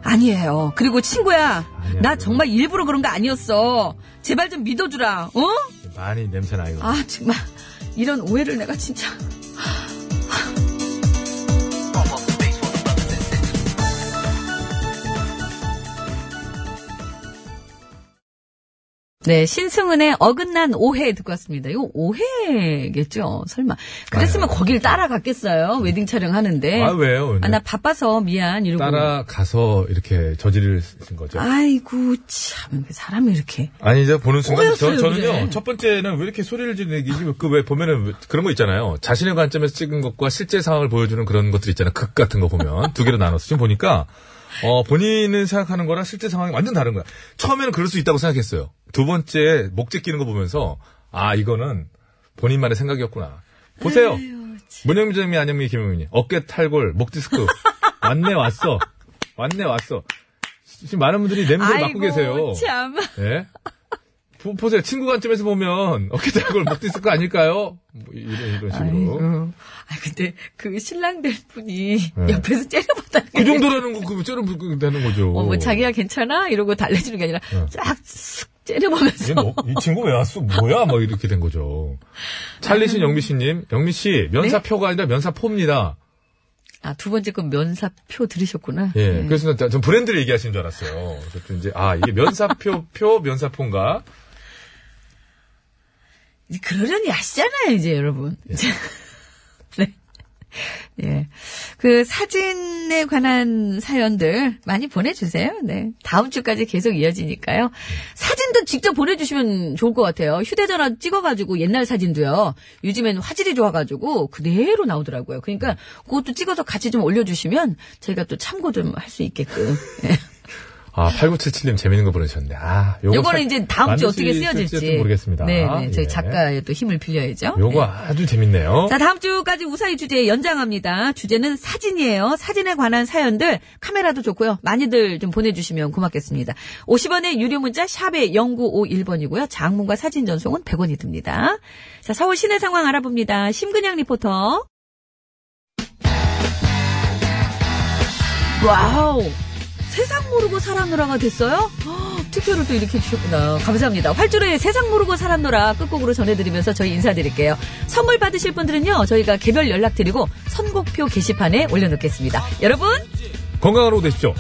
[SPEAKER 4] 아니에요. 그리고 친구야 나 정말 일부러 그런 거 아니었어. 제발 좀 믿어주라. 어?
[SPEAKER 6] 많이 냄새 나, 이거.
[SPEAKER 4] 아 정말 이런 오해를 내가 진짜 네, 신승은의 어긋난 오해 듣고 왔습니다. 이거 오해겠죠? 설마. 그랬으면 거길 따라갔겠어요? 웨딩 촬영하는데.
[SPEAKER 6] 아, 왜요? 근데?
[SPEAKER 4] 아, 나 바빠서 미안, 이러고.
[SPEAKER 6] 따라가서 이렇게 저지르신 거죠.
[SPEAKER 4] 아이고, 참, 그 사람이 이렇게.
[SPEAKER 6] 아니죠. 보는 순간
[SPEAKER 4] 꼬였어요,
[SPEAKER 6] 저, 저는요.
[SPEAKER 4] 그래. 첫
[SPEAKER 6] 번째는 왜 이렇게 소리를 지르기 그왜 보면은 왜- 그런 거 있잖아요. 자신의 관점에서 찍은 것과 실제 상황을 보여주는 그런 것들 있잖아요. 극 같은 거 보면 두 개로 나눠서 지금 보니까 어 본인은 생각하는 거랑 실제 상황이 완전 다른 거야. 처음에는 그럴 수 있다고 생각했어요. 두 번째 목재 끼는 거 보면서 아 이거는 본인만의 생각이었구나. 보세요. 문영미 점이 안영미 김영민이 어깨 탈골 목 디스크 왔네 왔어 왔네 왔어 지금 많은 분들이 냄새를 맡고
[SPEAKER 4] 아이고,
[SPEAKER 6] 계세요.
[SPEAKER 4] 참.
[SPEAKER 6] 예? 보, 보세요. 친구 관점에서 보면 어깨 작을 못 있을 거 아닐까요? 뭐 이런, 이런 식으로.
[SPEAKER 4] 아, 근데 그 신랑 될 분이
[SPEAKER 6] 음. 네.
[SPEAKER 4] 옆에서 째려봤다.
[SPEAKER 6] 그 정도라는 거, 그, 쩔어 되는 거죠.
[SPEAKER 4] 어, 뭐, 자기야 괜찮아? 이러고 달래주는 게 아니라 쫙 쓱 째려보면서.
[SPEAKER 6] 네. 얘 뭐- 이 친구 왜 왔어? 뭐야? 막 이렇게 된 거죠.
[SPEAKER 4] 음.
[SPEAKER 6] 찰리신 영미씨님, 영미씨, 면사표가 아니라 면사포입니다.
[SPEAKER 4] 아, 두 번째 건 면사표 들으셨구나.
[SPEAKER 6] 예.
[SPEAKER 4] 네.
[SPEAKER 6] 그래서 난- 전 브랜드를 얘기하시는 줄 알았어요. 그래서 또 이제, 아, 이게 면사표, 표, 면사포인가?
[SPEAKER 4] 이제 그러려니 아시잖아요, 이제 여러분.
[SPEAKER 6] 예.
[SPEAKER 4] 네. 예. 그 사진에 관한 사연들 많이 보내주세요. 네. 다음 주까지 계속 이어지니까요. 사진도 직접 보내주시면 좋을 것 같아요. 휴대전화 찍어가지고 옛날 사진도요. 요즘에는 화질이 좋아가지고 그대로 나오더라고요. 그러니까 그것도 찍어서 같이 좀 올려주시면 저희가 또 참고 좀 할 수 있게끔. 예.
[SPEAKER 6] 아, 8977님 재밌는 거 보내주셨네. 아, 요거.
[SPEAKER 4] 요거는
[SPEAKER 6] 사-
[SPEAKER 4] 이제 다음 주
[SPEAKER 6] 만들 수
[SPEAKER 4] 어떻게
[SPEAKER 6] 있을지는
[SPEAKER 4] 쓰여질지.
[SPEAKER 6] 모르겠습니다.
[SPEAKER 4] 네, 네. 저희
[SPEAKER 6] 예.
[SPEAKER 4] 작가의 또 힘을 빌려야죠.
[SPEAKER 6] 요거 아주 재밌네요.
[SPEAKER 4] 자, 다음 주까지 우사히 주제 연장합니다. 주제는 사진이에요. 사진에 관한 사연들 카메라도 좋고요. 많이들 좀 보내주시면 고맙겠습니다. 50원의 유료 문자 샵에 0951번이고요. 장문과 사진 전송은 100원이 듭니다. 자, 서울 시내 상황 알아봅니다. 심근양 리포터. 와우! 세상 모르고 살아노라가 됐어요? 허, 투표를 또 이렇게 주셨구나. 어, 감사합니다. 활주로의 세상 모르고 살아노라 끝곡으로 전해드리면서 저희 인사드릴게요. 선물 받으실 분들은요, 저희가 개별 연락드리고 선곡표 게시판에 올려놓겠습니다. 여러분!
[SPEAKER 6] 건강한 오후 되십시오.